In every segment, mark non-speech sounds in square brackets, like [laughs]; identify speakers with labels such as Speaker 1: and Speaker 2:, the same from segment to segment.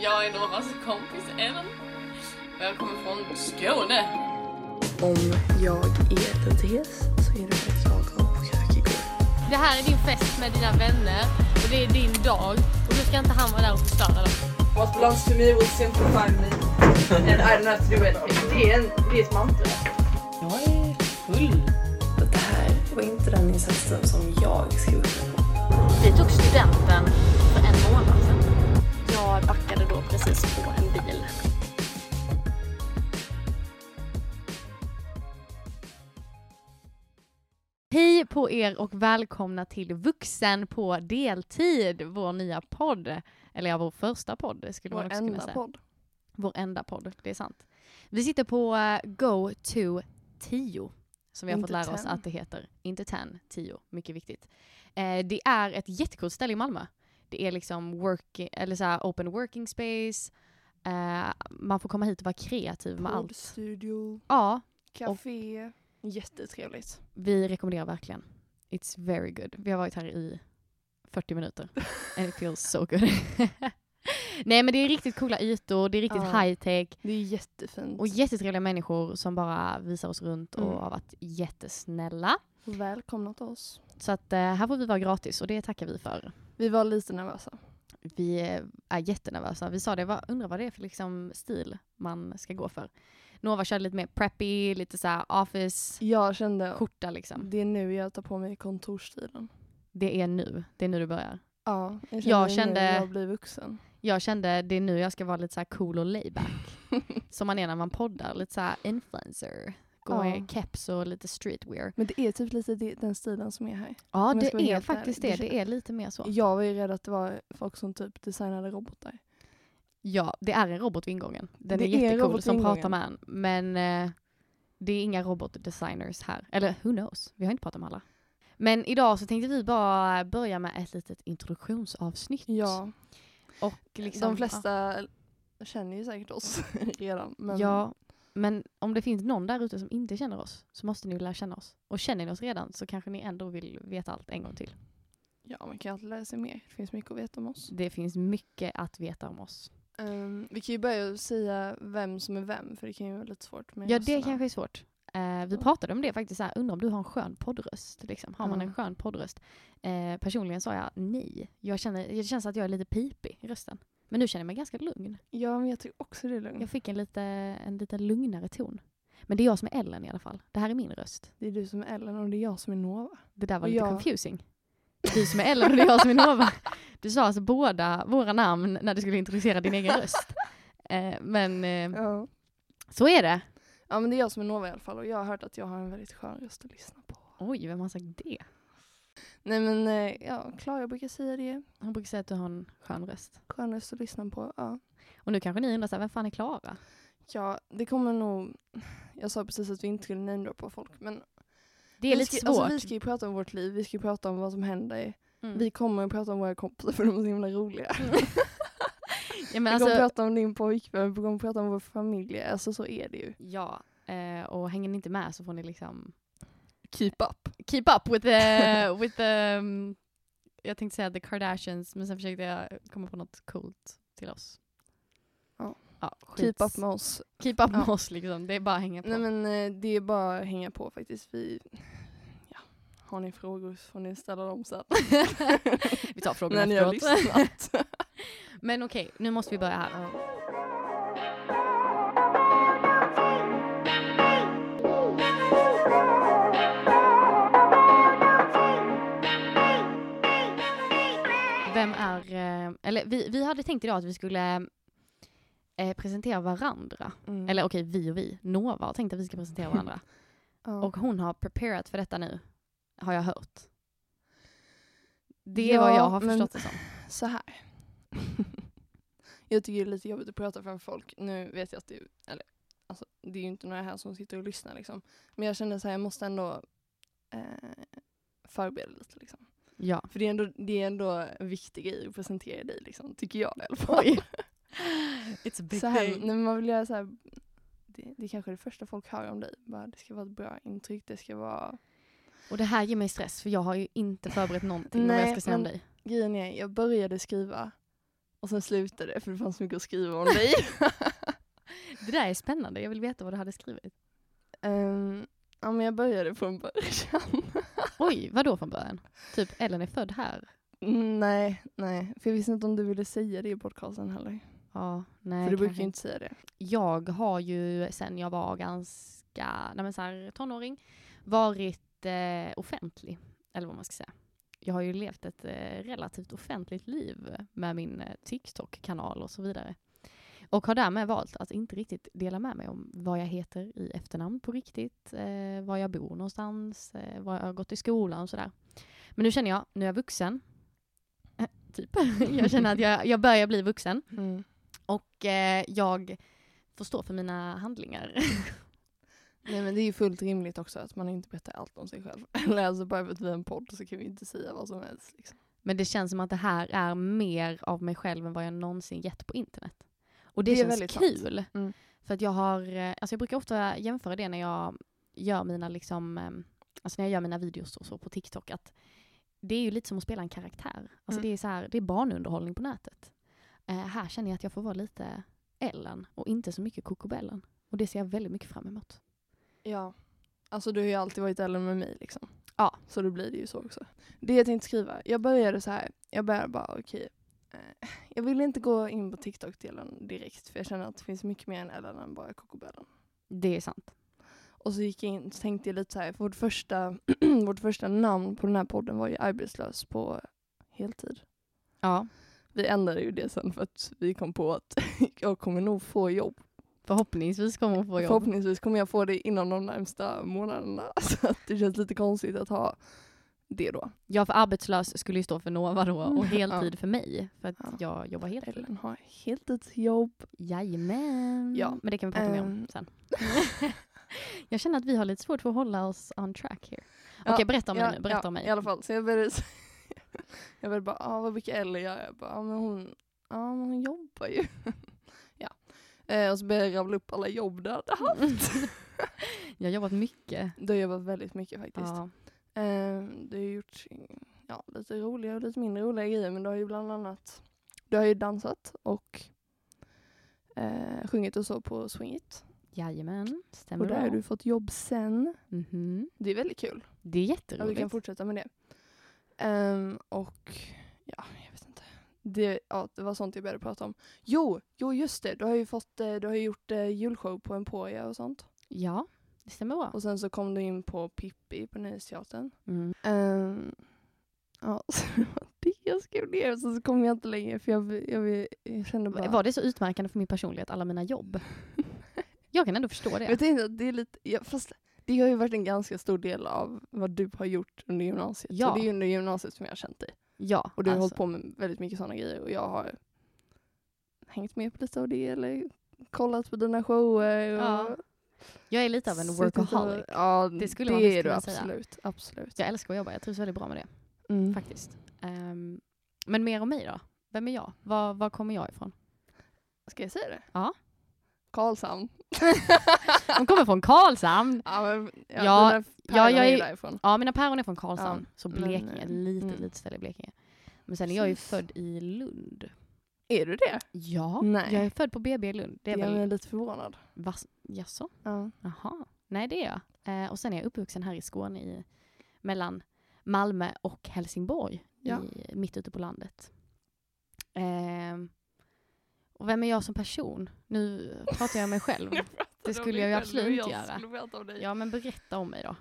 Speaker 1: Jag är Noras kompis Ellen. Och jag kommer från Skåne.
Speaker 2: Om jag är den till häst så är det för att jag var på kök igår.
Speaker 3: Det här är din fest med dina vänner och det är din dag och då ska inte han vara där och förstöra dem.
Speaker 4: What belongs to me will simplify me. And I don't have to do anything. Det är, en, det är ett mantra.
Speaker 1: Jag är full.
Speaker 2: Så det här var inte den insatsen som jag skrev upp mig på.
Speaker 5: Vi tog studenten för en månad sedan. Jag backade då precis på en bil.
Speaker 3: Hej på er och välkomna till Vuxen på deltid, vår nya podd. Eller ja, vår första podd skulle man
Speaker 6: Vår
Speaker 3: också kunna
Speaker 6: enda
Speaker 3: säga.
Speaker 6: podd.
Speaker 3: Vår enda podd, det är sant. Vi sitter på eh, Go to 10, som vi har fått
Speaker 6: Inte
Speaker 3: lära oss
Speaker 6: 10.
Speaker 3: att det heter. Inte 10, 10, mycket viktigt. Eh, det är ett jättekul ställe i Malmö. Det är liksom work, eller så här open working space, eh, man får komma hit och vara kreativ med allt.
Speaker 6: Poddstudio,
Speaker 3: Ja,
Speaker 6: café. Jättetrevligt.
Speaker 3: vi rekommenderar verkligen. It's very good. Vi har varit här i
Speaker 6: [laughs]
Speaker 3: 40 minuter. And it feels so good. [laughs] Nej men det är riktigt coola ytor, det är riktigt
Speaker 6: Ja.
Speaker 3: high tech.
Speaker 6: Det är jättefint.
Speaker 3: Och jättetrevliga människor som bara visar oss runt och
Speaker 6: Mm.
Speaker 3: har varit jättesnälla.
Speaker 6: välkomnat oss.
Speaker 3: Så att eh, här får vi vara gratis och det tackar vi för.
Speaker 6: Vi var lite nervösa.
Speaker 3: Vi eh, är jättenervösa. Vi sa det, vad, undrar vad det är för liksom stil man ska gå för. Nova körde lite mer preppy, lite så här office,
Speaker 6: Jag kände
Speaker 3: skjorta liksom.
Speaker 6: det är nu jag tar på mig kontorsstilen.
Speaker 3: Det är nu, det är nu det börjar.
Speaker 6: Ja, jag kände, det
Speaker 3: Jag
Speaker 6: är
Speaker 3: kände-
Speaker 6: nu jag blir vuxen.
Speaker 3: Jag kände, det är nu jag ska vara lite så här cool och [laughs] layback. Som man är när man poddar, lite så här influencer. Gå
Speaker 6: Ja.
Speaker 3: med keps och lite streetwear.
Speaker 6: Men det är typ lite det- den stilen som är här.
Speaker 3: Ja,
Speaker 6: Om jag ska vara
Speaker 3: det är
Speaker 6: helt
Speaker 3: faktiskt det.
Speaker 6: ärlig, det
Speaker 3: Det är lite mer så.
Speaker 6: Jag var ju rädd att det var folk som typ designade robotar.
Speaker 3: Ja, det är en robot vid ingången. Den
Speaker 6: Det
Speaker 3: är
Speaker 6: är
Speaker 3: jättecool
Speaker 6: robot
Speaker 3: som
Speaker 6: vid
Speaker 3: pratar
Speaker 6: ingången.
Speaker 3: med en. Men eh, det är inga robotdesigners här. Eller who knows? Vi har inte pratat med alla. Men idag så tänkte vi bara börja med ett litet introduktionsavsnitt.
Speaker 6: Ja,
Speaker 3: Och liksom,
Speaker 6: de flesta känner ju säkert oss [laughs] redan.
Speaker 3: Ja,
Speaker 6: Men
Speaker 3: ja, men om det finns någon där ute som inte känner oss så måste ni lära känna oss. Och känner ni oss redan så kanske ni ändå vill veta allt en gång till.
Speaker 6: ja, man kan ju alltid lära sig mer. Det finns mycket att veta om oss.
Speaker 3: Det finns mycket att veta om oss.
Speaker 6: Ehm, vi kan ju börja säga vem som är vem för det kan ju vara lite svårt med
Speaker 3: Ja, det
Speaker 6: rösterna.
Speaker 3: kanske är svårt. Eh, vi
Speaker 6: Ja.
Speaker 3: pratade om det faktiskt, så här, undrar om du har en skön poddröst? Liksom. Har man
Speaker 6: Ja.
Speaker 3: en skön poddröst? Eh, personligen sa jag nej. Jag känner, det känns att jag är lite pipig i rösten. Men nu känner jag mig ganska lugn.
Speaker 6: Ja, men jag tycker också det är lugnt.
Speaker 3: Jag fick en lite, en lite lugnare ton. Men det är jag som är Ellen i alla fall. Det här är min röst.
Speaker 6: Det är du som är Ellen och det är jag som är Nova.
Speaker 3: Det där var
Speaker 6: Och
Speaker 3: lite
Speaker 6: jag-
Speaker 3: confusing. Du som är Ellen och det är jag som är Nova. Du sa alltså båda våra namn när du skulle introducera din egen röst. Eh, men
Speaker 6: [laughs]
Speaker 3: eh,
Speaker 6: Ja.
Speaker 3: så är det.
Speaker 6: ja, men det är jag som är Nova i alla fall och jag har hört att jag har en väldigt skön röst att lyssna på.
Speaker 3: Oj, vem har sagt det?
Speaker 6: Nej men eh, ja, Klara brukar säga det.
Speaker 3: Hon brukar säga att du har en skön röst.
Speaker 6: Skön röst att lyssna på. Ja.
Speaker 3: Och nu kanske ni undrar så här, vem fan är Klara?
Speaker 6: ja, det kommer nog... Jag sa precis att vi inte skulle namedroppa folk men...
Speaker 3: Det är
Speaker 6: vi
Speaker 3: lite
Speaker 6: ska,
Speaker 3: svårt.
Speaker 6: Alltså, vi ska ju prata om vårt liv, vi ska ju prata om vad som händer.
Speaker 3: Mm.
Speaker 6: Vi kommer att prata om våra kompisar för de är så himla roliga.
Speaker 3: ja, men
Speaker 6: vi kommer
Speaker 3: alltså,
Speaker 6: prata om din pojkvän, vi kommer prata om vår familj. Alltså så är det ju.
Speaker 3: ja, eh, och hänger ni inte med så får ni liksom
Speaker 6: Keep up.
Speaker 3: keep up
Speaker 6: [laughs]
Speaker 3: with the, with the um, jag tänkte säga the Kardashians men sen försökte jag komma på något coolt till oss.
Speaker 6: Ja.
Speaker 3: ja
Speaker 6: Keep
Speaker 3: skits-
Speaker 6: up med oss.
Speaker 3: keep up med
Speaker 6: Ja.
Speaker 3: oss liksom, det är bara att hänga på.
Speaker 6: Nej men eh, det är bara att hänga på faktiskt. Vi, ja, har ni frågor så får ni ställa dem sen.
Speaker 3: [laughs] vi tar frågorna
Speaker 6: När ni har
Speaker 3: efteråt.
Speaker 6: lyssnat.
Speaker 3: [laughs] Men okej, nu måste vi börja här. Vem är, eh, eller vi, vi hade tänkt idag att vi skulle eh, presentera varandra.
Speaker 6: Mm.
Speaker 3: Eller okej, vi och vi. Nova har tänkt att vi ska
Speaker 6: [laughs]
Speaker 3: presentera varandra.
Speaker 6: ja.
Speaker 3: Och hon har preparat för detta nu, har jag hört. Det är
Speaker 6: Ja,
Speaker 3: vad jag har
Speaker 6: men-
Speaker 3: förstått det som.
Speaker 6: så här. [laughs] jag tycker det är lite jobbigt att prata framför folk. Nu vet jag att det är, eller, alltså, det är ju inte några här som sitter och lyssnar liksom. Men jag känner så här, jag måste ändå eh, förbereda lite liksom.
Speaker 3: Ja.
Speaker 6: För det är ändå, det är ändå en viktig grej att presentera dig liksom, tycker jag i alla fall. [laughs]
Speaker 3: Oj. It's a big
Speaker 6: så här, nej,
Speaker 3: thing.
Speaker 6: men man vill göra så här, det, det är kanske är det första folk hör om dig. Bara, det ska vara ett bra intryck, det ska vara...
Speaker 3: Och det här ger mig stress för jag har ju inte förberett någonting om vad
Speaker 6: Nej,
Speaker 3: jag ska säga om
Speaker 6: men-
Speaker 3: dig.
Speaker 6: Grejen är, jag började skriva Och sen slutade det för det fanns så mycket att skriva
Speaker 3: [laughs]
Speaker 6: om dig.
Speaker 3: [laughs] Det där är spännande, jag vill veta vad du hade skrivit.
Speaker 6: Ehm, ja men jag började från början. [laughs]
Speaker 3: Oj, vad då från början? Typ Ellen är född här.
Speaker 6: nej, nej. För jag visste inte om du ville säga det i podcasten heller.
Speaker 3: Ja, nej.
Speaker 6: för du brukar
Speaker 3: kanske
Speaker 6: ju inte säga det.
Speaker 3: jag har ju sen jag var ganska, nej men så här, tonåring, varit eh, offentlig. Eller vad man ska säga. Jag har ju levt ett eh, relativt offentligt liv med min eh, TikTok-kanal och så vidare. Och har därmed valt att inte riktigt dela med mig om vad jag heter i efternamn på riktigt, eh, var jag bor någonstans, eh, var jag har gått i skolan och sådär. Men nu känner jag, nu är jag vuxen. [laughs] Eh, typ. [laughs] jag känner att jag, jag börjar bli vuxen.
Speaker 6: Mm.
Speaker 3: Och eh, jag får stå för mina handlingar. [laughs]
Speaker 6: Nej men det är ju fullt rimligt också att man inte berättar allt om sig själv. [laughs] Eller alltså bara för att vi är en podd så kan vi inte säga vad som helst. Liksom.
Speaker 3: Men det känns som att det här är mer av mig själv än vad jag någonsin gett på internet. Och det,
Speaker 6: Det är
Speaker 3: känns
Speaker 6: väldigt sant.
Speaker 3: kul.
Speaker 6: Mm.
Speaker 3: För att jag har, eh, alltså jag brukar ofta jämföra det när jag gör mina liksom, eh, alltså när jag gör mina videos och så på TikTok att det är ju lite som att spela en karaktär. Alltså
Speaker 6: Mm.
Speaker 3: det är så här, det är barnunderhållning på nätet. Eh, här känner jag att jag får vara lite Ellen och inte så mycket kokobellen. Och det ser jag väldigt mycket fram emot.
Speaker 6: Ja. Alltså du har ju alltid varit Ellen med mig liksom.
Speaker 3: Ja.
Speaker 6: Så då blir det ju så också. Det jag tänkte skriva, jag började så här. Jag började bara okej. eh, jag ville inte gå in på TikTok-delen direkt för jag känner att det finns mycket mer än Ellen än bara kokobellen.
Speaker 3: Det är sant.
Speaker 6: Och så gick jag in så tänkte jag lite så här. För vårt, första, [clears throat] vårt första namn på den här podden var ju arbetslös på heltid.
Speaker 3: Ja,
Speaker 6: Vi ändrade ju det sen för att vi kom på att [laughs] jag kommer nog få jobb.
Speaker 3: förhoppningsvis kommer hon få jobb.
Speaker 6: Förhoppningsvis kommer jag få det inom de närmsta månaderna. [laughs] Så att det känns lite konstigt att ha det då.
Speaker 3: Ja, för arbetslös skulle ju stå för Nova då och heltid för mig. För att
Speaker 6: Mm. Ja.
Speaker 3: jag jobbar heltid.
Speaker 6: Ellen har helt ett jobb.
Speaker 3: Jajamän.
Speaker 6: Ja.
Speaker 3: Men det kan vi prata mer om
Speaker 6: Ehm.
Speaker 3: sen. [laughs] jag känner att vi har lite svårt för att hålla oss on track här.
Speaker 6: Ja,
Speaker 3: Okej, berätta om mig
Speaker 6: Ja,
Speaker 3: nu. Berätta
Speaker 6: ja,
Speaker 3: om mig.
Speaker 6: I alla fall. Så jag började, s- [laughs] jag började bara, ah, vad mycket Ellen gör. Jag bara, ah, men hon, ah, men hon jobbar ju. [laughs] ja. Eh, och så började jag rabbla upp alla jobb där.
Speaker 3: [laughs]
Speaker 6: [laughs]
Speaker 3: jag har jobbat mycket.
Speaker 6: Du har jobbat väldigt mycket faktiskt.
Speaker 3: Ja.
Speaker 6: Eh, du har gjort ja, lite roliga och lite mindre roliga grejer men du har ju bland annat du har ju dansat och eh, sjungit och så på Swingit.
Speaker 3: Jajamän, stämmer
Speaker 6: Och där
Speaker 3: bra.
Speaker 6: har du fått jobb sen.
Speaker 3: Mhm.
Speaker 6: Det är väldigt kul.
Speaker 3: Det är
Speaker 6: Ja, vi
Speaker 3: jätteroligt.
Speaker 6: kan fortsätta med det. Ehm, och ja, jag vet inte. Det, ja, det var sånt jag började prata om. Jo, jo just det. Du har ju fått, eh, du har ju gjort eh, julshow på Emporia och sånt.
Speaker 3: ja, det stämmer bra.
Speaker 6: Och sen så kom du in på Pippi på Nöjesteatern.
Speaker 3: Mm.
Speaker 6: Ehm, ja, [laughs] så det var det jag skrev ner. Sen så kom jag inte längre för jag, jag, jag kände bara...
Speaker 3: Var det så utmärkande för min personlighet, alla
Speaker 6: [laughs]
Speaker 3: mina jobb? jag kan ändå förstå det.
Speaker 6: Jag tänkte att det är lite... Ja, fast det har ju varit en ganska stor del av vad du har gjort under gymnasiet.
Speaker 3: Ja.
Speaker 6: Så det är ju under gymnasiet som jag har känt dig.
Speaker 3: Ja,
Speaker 6: Och du har
Speaker 3: alltså.
Speaker 6: hållit på med väldigt mycket sådana grejer och jag har hängt med på lite av det eller kollat på dina shower. Och
Speaker 3: Ja, Jag är lite av en
Speaker 6: suttit och-
Speaker 3: workaholic.
Speaker 6: Ja,
Speaker 3: Det
Speaker 6: det skulle
Speaker 3: skulle man
Speaker 6: det
Speaker 3: visst
Speaker 6: är du
Speaker 3: kunna säga.
Speaker 6: absolut. absolut.
Speaker 3: Jag älskar att jobba, jag trivs väldigt bra med det.
Speaker 6: Mm.
Speaker 3: faktiskt. Ehm, men mer om mig då? Vem är jag? Var, var kommer jag ifrån?
Speaker 6: Ska jag säga det?
Speaker 3: Ja.
Speaker 6: Karlshamn.
Speaker 3: De kommer från Karlshamn!
Speaker 6: Ja, men, ja,
Speaker 3: Ja,
Speaker 6: dina
Speaker 3: ja,
Speaker 6: päron
Speaker 3: jag
Speaker 6: är ju
Speaker 3: är-
Speaker 6: därifrån.
Speaker 3: Ja, mina päron är från Karlshamn, så
Speaker 6: men,
Speaker 3: Blekinge,
Speaker 6: eh,
Speaker 3: ett litet,
Speaker 6: mm.
Speaker 3: litet ställe i Blekinge. Men sen är jag ju
Speaker 6: Precis.
Speaker 3: född i Lund.
Speaker 6: Är du det?
Speaker 3: Ja,
Speaker 6: Nej.
Speaker 3: jag är född på BB i Lund. Det är
Speaker 6: jag
Speaker 3: väl...
Speaker 6: är lite förvånad.
Speaker 3: Vass... Jaså?
Speaker 6: [laughs] Ja.
Speaker 3: Jaha. Nej, det är jag. Eh, och sen är jag uppvuxen här i Skåne, i, mellan Malmö och Helsingborg,
Speaker 6: Ja.
Speaker 3: i, mitt ute på landet. Ehm, och vem är jag som person? Nu pratar jag om
Speaker 6: [laughs]
Speaker 3: mig själv. Det skulle jag ju absolut inte göra. Ja men berätta om mig då.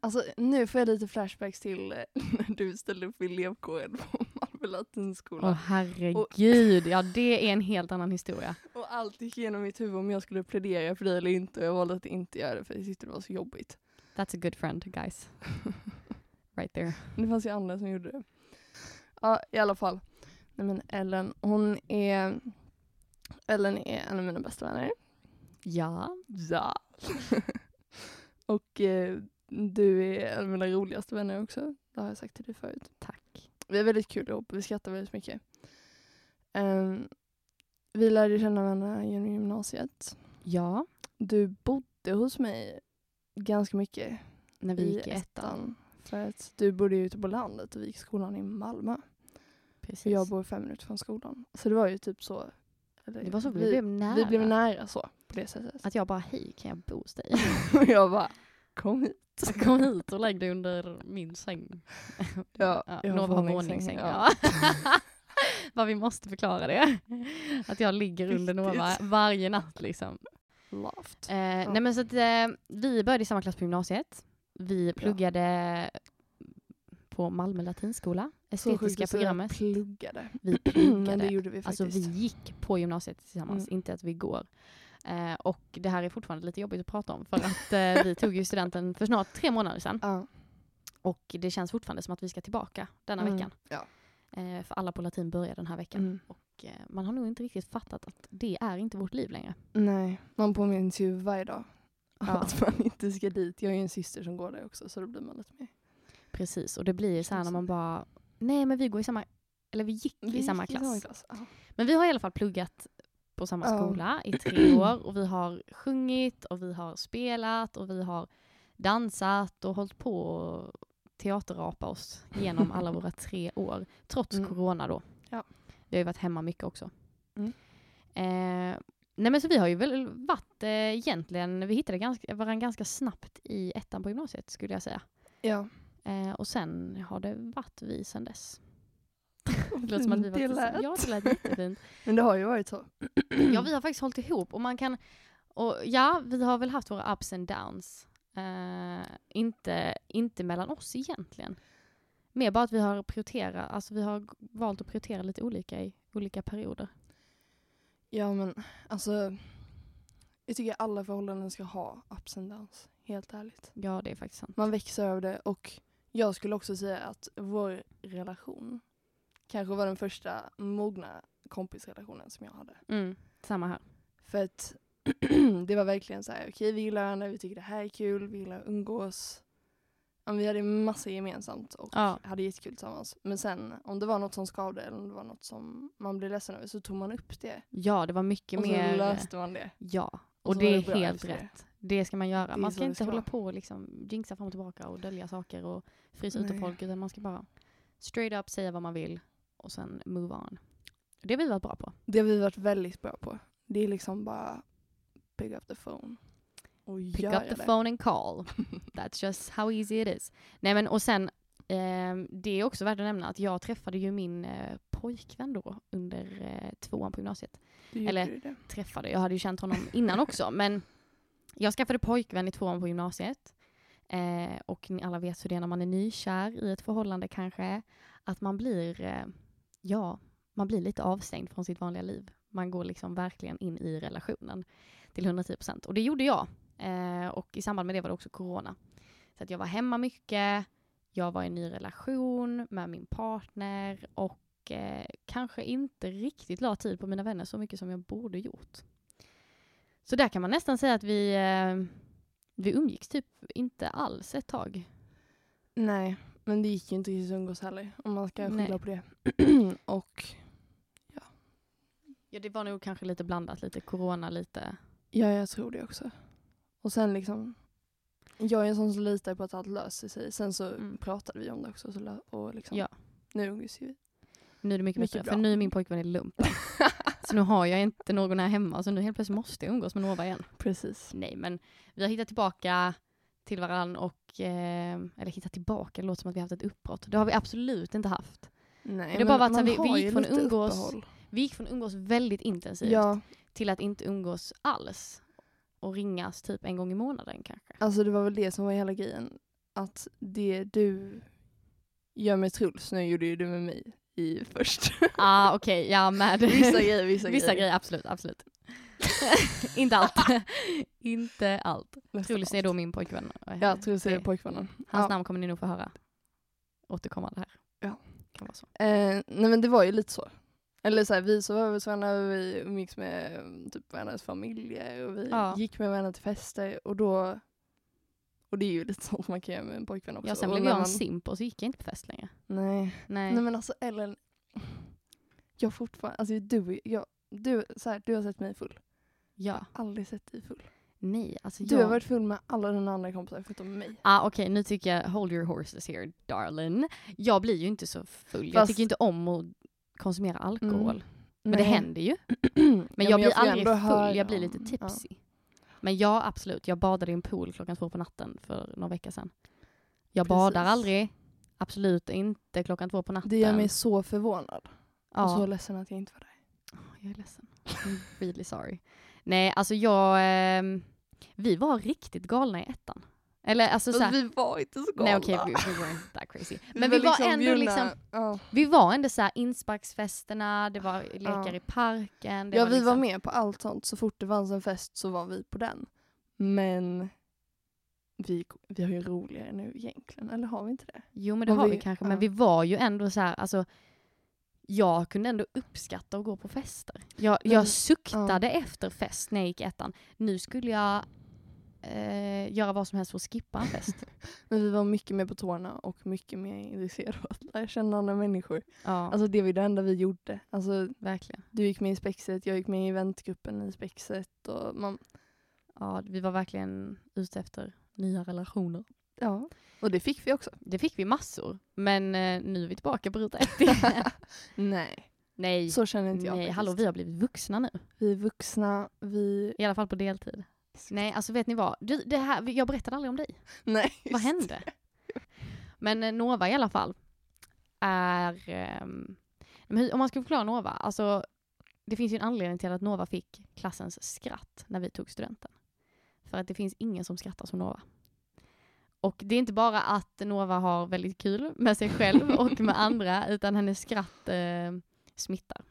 Speaker 6: Alltså, nu får jag lite flashbacks till eh, [laughs] när du ställde upp i elevkåren på [laughs] Malmö latinskola.
Speaker 3: Åh herregud, ja det är en helt annan historia.
Speaker 6: Och allt gick igenom mitt huvud om jag skulle plädera för dig eller inte och jag valde att inte göra det för jag tyckte det var så jobbigt.
Speaker 3: That's a good
Speaker 6: [laughs]
Speaker 3: friend guys. Right there.
Speaker 6: Men Det fanns ju andra som gjorde det. Ja, i alla fall. Nej men Ellen, hon är... Ellen är en av mina bästa vänner.
Speaker 3: Ja.
Speaker 6: Ja. [laughs] och eh, du är en av mina roligaste vänner också. Det har jag sagt till dig förut.
Speaker 3: Tack.
Speaker 6: Vi är väldigt kul ihop. Vi skrattar väldigt mycket. Ehm, vi lärde känna varandra genom gymnasiet.
Speaker 3: Ja,
Speaker 6: Du bodde hos mig ganska mycket
Speaker 3: när vi
Speaker 6: i
Speaker 3: gick i ettan.
Speaker 6: För att du bodde ju ute på landet och vi gick i skolan i Malmö. För
Speaker 3: Precis.
Speaker 6: jag bor fem minuter från skolan. Så det var ju typ så. eller
Speaker 3: det var så vi,
Speaker 6: vi,
Speaker 3: blev nära.
Speaker 6: vi blev nära så. På det sättet.
Speaker 3: Att jag bara, hej kan jag bo hos dig?
Speaker 6: [laughs] Och jag bara, kom hit.
Speaker 3: Så kom hit och lägg dig under min säng.
Speaker 6: Ja,
Speaker 3: Ja,
Speaker 6: jag har
Speaker 3: Nova har
Speaker 6: våningssäng,
Speaker 3: våningssäng. Ja. [laughs]
Speaker 6: ja.
Speaker 3: Vad vi måste förklara det. Att jag ligger under Nova
Speaker 6: Riktigt.
Speaker 3: varje natt liksom.
Speaker 6: Loved.
Speaker 3: Eh, Nej men så att eh, vi började i samma klass på gymnasiet. Vi pluggade på Malmö latinskola,
Speaker 6: Så sjukt
Speaker 3: estetiska
Speaker 6: att säga
Speaker 3: programmet.
Speaker 6: [clears throat] pluggade.
Speaker 3: Vi
Speaker 6: Men det
Speaker 3: pluggade.
Speaker 6: gjorde vi faktiskt.
Speaker 3: Alltså vi gick på gymnasiet tillsammans,
Speaker 6: Mm.
Speaker 3: inte att vi går. Eh, och det här är fortfarande lite jobbigt att prata om för att eh, vi tog ju studenten för snart tre månader sedan.
Speaker 6: Ja.
Speaker 3: Och det känns fortfarande som att vi ska tillbaka denna
Speaker 6: Mm,
Speaker 3: veckan.
Speaker 6: ja.
Speaker 3: Eh, för alla på latin börjar den här veckan.
Speaker 6: Mm.
Speaker 3: Och, eh, man har nog inte riktigt fattat att det är inte vårt liv längre.
Speaker 6: Nej, man påminns ju varje dag om
Speaker 3: Ja.
Speaker 6: att man inte ska dit. Jag har ju en syster som går där också så då blir man lite mer...
Speaker 3: Precis, och det blir så här när man bara, nej men vi går i samma, eller vi gick i samma klass.
Speaker 6: Ja.
Speaker 3: Men vi har i alla fall pluggat på samma
Speaker 6: Ja.
Speaker 3: skola
Speaker 6: [clears throat]
Speaker 3: i tre år och vi har sjungit och vi har spelat och vi har dansat och hållit på och teaterrapa oss genom
Speaker 6: [laughs]
Speaker 3: alla våra tre år. Trots
Speaker 6: Mm.
Speaker 3: corona då.
Speaker 6: Ja.
Speaker 3: Vi har ju varit hemma mycket också.
Speaker 6: Mm.
Speaker 3: Eh, nej men så vi har ju väl varit eh, egentligen, vi hittade ganska, varandra ganska snabbt i ettan på gymnasiet skulle jag säga.
Speaker 6: ja.
Speaker 3: Eh, och sen har det varit vi sen dess. Det låter som att vi var
Speaker 6: Det
Speaker 3: tillsammans.
Speaker 6: lät.
Speaker 3: Ja, det lät jättefint.
Speaker 6: Men det har ju varit så.
Speaker 3: Ja,
Speaker 6: [clears throat]
Speaker 3: vi har faktiskt hållit ihop och man kan... Och ja, vi har väl haft våra ups and downs. Eh, inte, inte mellan oss egentligen. Mer bara att vi har prioriterat, alltså vi har g- valt att prioritera lite olika i olika perioder.
Speaker 6: Ja men alltså. Jag tycker alla förhållanden ska ha ups and downs. Helt ärligt.
Speaker 3: Ja, det är faktiskt sant.
Speaker 6: Man växer över det och jag skulle också säga att vår relation kanske var den första mogna kompisrelationen som jag hade.
Speaker 3: Mm, samma här.
Speaker 6: För att [clears throat] det var verkligen så här, okej vi gillar varandra, vi tycker det här är kul, vi gillar att umgås. Ja, men vi hade massa gemensamt och
Speaker 3: Ja.
Speaker 6: hade jättekul tillsammans. Men sen om det var något som skavde eller om det var något som man blev ledsen över så tog man upp det.
Speaker 3: Ja, det var mycket
Speaker 6: Och så
Speaker 3: mer...
Speaker 6: löste man det.
Speaker 3: Ja, och,
Speaker 6: så
Speaker 3: det
Speaker 6: var
Speaker 3: är
Speaker 6: det bra
Speaker 3: helt
Speaker 6: efter det.
Speaker 3: rätt. Det ska man
Speaker 6: Det
Speaker 3: göra.
Speaker 6: är
Speaker 3: Man
Speaker 6: så
Speaker 3: ska
Speaker 6: det
Speaker 3: inte
Speaker 6: ska
Speaker 3: hålla
Speaker 6: vara.
Speaker 3: på och liksom jinxa fram och tillbaka och dölja saker och frysa ute
Speaker 6: Nej.
Speaker 3: folk utan man ska bara straight up säga vad man vill och sen move on. Det har vi varit bra på.
Speaker 6: Det har vi varit väldigt bra på. Det är liksom bara pick up the phone. Och
Speaker 3: Pick
Speaker 6: göra
Speaker 3: up the
Speaker 6: det.
Speaker 3: phone and call. That's just how easy it is. Nej men och sen, ehm, det är också värt att nämna att jag träffade ju min eh, pojkvän då under eh, tvåan på gymnasiet.
Speaker 6: Du gjorde
Speaker 3: eller-
Speaker 6: ju det.
Speaker 3: Träffade, jag hade ju känt honom innan också men jag skaffade pojkvän i tvåan på gymnasiet. Eh, och ni alla vet hur det är när man är nykär i ett förhållande kanske. Att man blir, eh, ja, man blir lite avstängd från sitt vanliga liv. Man går liksom verkligen in i relationen till 110 procent. Och det gjorde jag. Eh, och i samband med det var det också corona. Så att jag var hemma mycket, jag var i en ny relation med min partner och eh, kanske inte riktigt la tid på mina vänner så mycket som jag borde gjort. Så där kan man nästan säga att vi, eh, vi umgicks typ inte alls ett tag.
Speaker 6: Nej, men det gick ju inte riktigt att umgås heller. Om man ska
Speaker 3: Nej.
Speaker 6: skylla på det. [clears throat] och
Speaker 3: Ja, det var nog kanske lite blandat, lite corona, lite...
Speaker 6: Ja, jag tror det också. Och sen liksom, jag är en sån som litar på att allt löser sig. Sen så
Speaker 3: Mm.
Speaker 6: pratade vi om det också. Så lö- och liksom,
Speaker 3: Ja.
Speaker 6: Nu umgås
Speaker 3: [laughs]
Speaker 6: ju vi.
Speaker 3: Nu är det mycket,
Speaker 6: Mycket
Speaker 3: bättre,
Speaker 6: bra.
Speaker 3: för nu är min pojkvän i lumpen. så nu har jag inte någon här hemma, så nu helt plötsligt måste jag umgås med Nova igen.
Speaker 6: Precis.
Speaker 3: Nej, men vi har hittat tillbaka till varandra och... Eh, eller hittat tillbaka, det låter som att vi har haft ett uppbrott. Det har vi absolut inte haft.
Speaker 6: Nej,
Speaker 3: det har bara varit så här,
Speaker 6: man
Speaker 3: vi- vi
Speaker 6: har
Speaker 3: gick
Speaker 6: ju
Speaker 3: från
Speaker 6: lite
Speaker 3: umgås typ.
Speaker 6: uppehåll.
Speaker 3: Vi gick från umgås väldigt intensivt
Speaker 6: Ja,
Speaker 3: till att inte umgås alls. Och ringas typ en gång i månaden
Speaker 6: [laughs]
Speaker 3: kanske.
Speaker 6: alltså det var väl det som var hela grejen. Att det du gör med Truls, nu gjorde ju du med mig i först. [laughs]
Speaker 3: Ah, okej, ja med...
Speaker 6: vissa grejer, vissa,
Speaker 3: Vissa grejer, absolut, absolut. [laughs] inte allt.
Speaker 6: [laughs]
Speaker 3: inte allt.
Speaker 6: Nästan
Speaker 3: Truls är
Speaker 6: allt.
Speaker 3: då min pojkvän.
Speaker 6: Ja, Truls är
Speaker 3: Det-
Speaker 6: pojkvännen.
Speaker 3: Hans
Speaker 6: ja.
Speaker 3: namn kommer ni nog få höra återkommande här.
Speaker 6: Ja.
Speaker 3: Kan vara så.
Speaker 6: Eh, nej men det var ju lite så. Eller så här, vi sov över hos varandra, vi umgicks med eh, typ varandras familjer och vi
Speaker 3: Ja.
Speaker 6: gick med varandra till fester och då och det är ju lite [laughs] sånt man kan göra med en pojkvän också.
Speaker 3: Ja, sen
Speaker 6: Och
Speaker 3: blev
Speaker 6: när
Speaker 3: jag en
Speaker 6: man-
Speaker 3: simp och så gick jag inte på fest längre.
Speaker 6: Nej.
Speaker 3: Nej.
Speaker 6: nej men alltså Ellen, jag fortfarande, alltså du, jag, du, så här, du har sett mig full.
Speaker 3: ja.
Speaker 6: Aldrig sett dig full.
Speaker 3: Nej, alltså
Speaker 6: Du
Speaker 3: jag...
Speaker 6: har varit full med alla dina andra kompisar förutom mig.
Speaker 3: Ah, Okej, nu tycker jag hold your horses here darling. Jag blir ju inte så full. Jag
Speaker 6: Fast-
Speaker 3: tycker inte om att konsumera alkohol.
Speaker 6: Mm.
Speaker 3: Men det
Speaker 6: [clears throat]
Speaker 3: händer ju. Men jag blir aldrig full, jag blir lite tipsy. Men ja, absolut. Jag badade i en pool klockan två på natten för några veckor sedan. Jag badar
Speaker 6: Precis.
Speaker 3: aldrig. Absolut inte klockan två på natten.
Speaker 6: Det gör mig så förvånad
Speaker 3: ja.
Speaker 6: och så ledsen att jag inte var där.
Speaker 3: Jag är ledsen. I'm really sorry. Nej, alltså jag... ehm, vi var riktigt galna i ettan. Eller alltså såhär...
Speaker 6: vi var inte så
Speaker 3: Nej okej, vi, vi var inte that crazy. Men vi var, ändå liksom... Vi var ändå såhär insparksfesterna, det var lekar
Speaker 6: Ja.
Speaker 3: i parken. Det
Speaker 6: Ja,
Speaker 3: var
Speaker 6: vi
Speaker 3: liksom,
Speaker 6: var med på allt sånt. Så fort det fanns en fest så var vi på den. Men vi, vi har ju roligare nu egentligen, eller har vi inte det?
Speaker 3: Jo men det
Speaker 6: Och
Speaker 3: har vi,
Speaker 6: vi-
Speaker 3: kanske,
Speaker 6: ja.
Speaker 3: men vi var ju ändå så här, alltså jag kunde ändå uppskatta att gå på fester. Jag,
Speaker 6: Men-
Speaker 3: jag suktade efter fest när jag gick i ettan. Nu skulle jag eh, göra vad som helst för att skippa en fest. [laughs]
Speaker 6: Men vi var mycket mer på tårna och mycket mer intresserade av att lära känna andra människor.
Speaker 3: ja,
Speaker 6: Alltså det var ju det enda vi gjorde. Alltså
Speaker 3: verkligen.
Speaker 6: du gick med i spexet, jag gick med i eventgruppen i spexet och man,
Speaker 3: Ja, vi var verkligen ute efter nya relationer.
Speaker 6: ja. Och det fick vi också.
Speaker 3: Det fick vi massor, men eh, nu är vi tillbaka på ruta [laughs] ett igen.
Speaker 6: Nej,
Speaker 3: Nej,
Speaker 6: så känner inte jag
Speaker 3: nej
Speaker 6: faktiskt.
Speaker 3: hallå vi har blivit vuxna nu.
Speaker 6: Vi är vuxna, vi...
Speaker 3: I alla fall på deltid. Nej, alltså vet ni vad? Du, det här, jag berättade aldrig om dig.
Speaker 6: Nej.
Speaker 3: Vad hände? Men eh, Nova i alla fall är... ehm, men hur- om man ska förklara Nova, alltså det finns ju en anledning till att Nova fick klassens skratt när vi tog studenten. För att det finns ingen som skrattar som Nova. Och det är inte bara att Nova har väldigt kul med sig [laughs] själv och med andra, utan hennes skratt eh, smittar.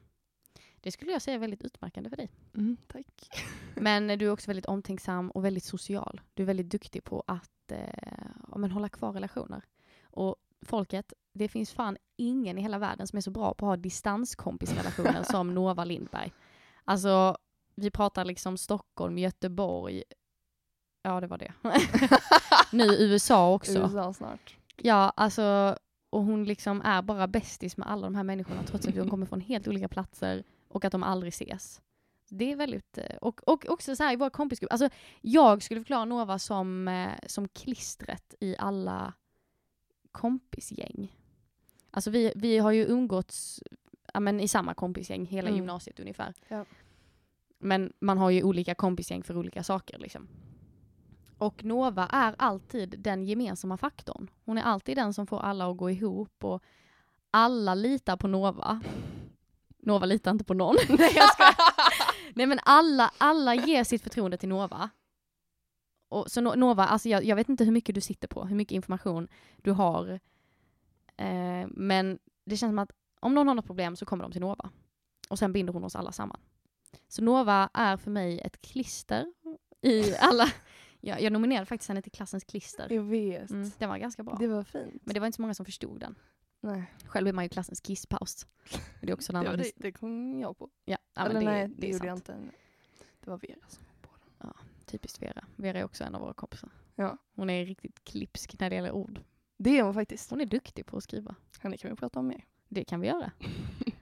Speaker 3: Det skulle jag säga är väldigt utmärkande för dig.
Speaker 6: Mm, tack.
Speaker 3: Men du är också väldigt omtänksam och väldigt social. Du är väldigt duktig på att eh, ja, men hålla kvar relationer. Och folket, det finns fan ingen i hela världen som är så bra på att ha distanskompisrelationer som Nova Lindberg. Alltså, vi pratar liksom Stockholm, Göteborg, ja det var det. [laughs] nu USA också.
Speaker 6: [laughs] USA snart.
Speaker 3: Ja, alltså, och hon liksom är bara bästis med alla de här människorna
Speaker 6: [laughs]
Speaker 3: trots att de kommer från helt olika platser och att de aldrig ses. Det är väldigt, eh, och, och också så här i vår kompisgrupp, alltså jag skulle förklara Nova som, eh, som klistret i alla kompisgäng. Alltså vi, vi har ju umgåtts ja, men i samma kompisgäng hela
Speaker 6: Mm.
Speaker 3: gymnasiet ungefär.
Speaker 6: Ja.
Speaker 3: Men man har ju olika kompisgäng för olika saker liksom. Och Nova är alltid den gemensamma faktorn. Hon är alltid den som får alla att gå ihop och alla litar på Nova. Nova litar inte på någon. [laughs] Nej, jag skojar. [laughs] Nej men alla, alla ger sitt förtroende till Nova. Och, så No- Nova, alltså jag, jag vet inte hur mycket du sitter på, hur mycket information du har. Eh, men det känns som att om någon har något problem så kommer de till Nova. Och sen binder hon oss alla samman. Så Nova är för mig ett klister
Speaker 6: [laughs]
Speaker 3: i alla... Jag, jag nominerade faktiskt henne till klassens klister.
Speaker 6: Jag vet.
Speaker 3: Mm, den var ganska bra.
Speaker 6: Det var fint.
Speaker 3: Men det var inte så många som förstod den.
Speaker 6: Nej,
Speaker 3: Själv är man ju klassens kisspaus. Det
Speaker 6: [laughs]
Speaker 3: är också en
Speaker 6: det,
Speaker 3: annan
Speaker 6: var det,
Speaker 3: his-
Speaker 6: det kom jag på.
Speaker 3: Ja, ja, men
Speaker 6: Eller nej,
Speaker 3: det
Speaker 6: det,
Speaker 3: är
Speaker 6: gjorde jag
Speaker 3: sant.
Speaker 6: inte. Det var Vera som kom på det.
Speaker 3: Typiskt Vera. Vera är också en av våra kompisar.
Speaker 6: Ja.
Speaker 3: Hon är riktigt klipsk när det gäller ord.
Speaker 6: Det är hon faktiskt.
Speaker 3: Hon är duktig på att skriva.
Speaker 6: Henne kan vi prata om mer.
Speaker 3: Det kan vi göra.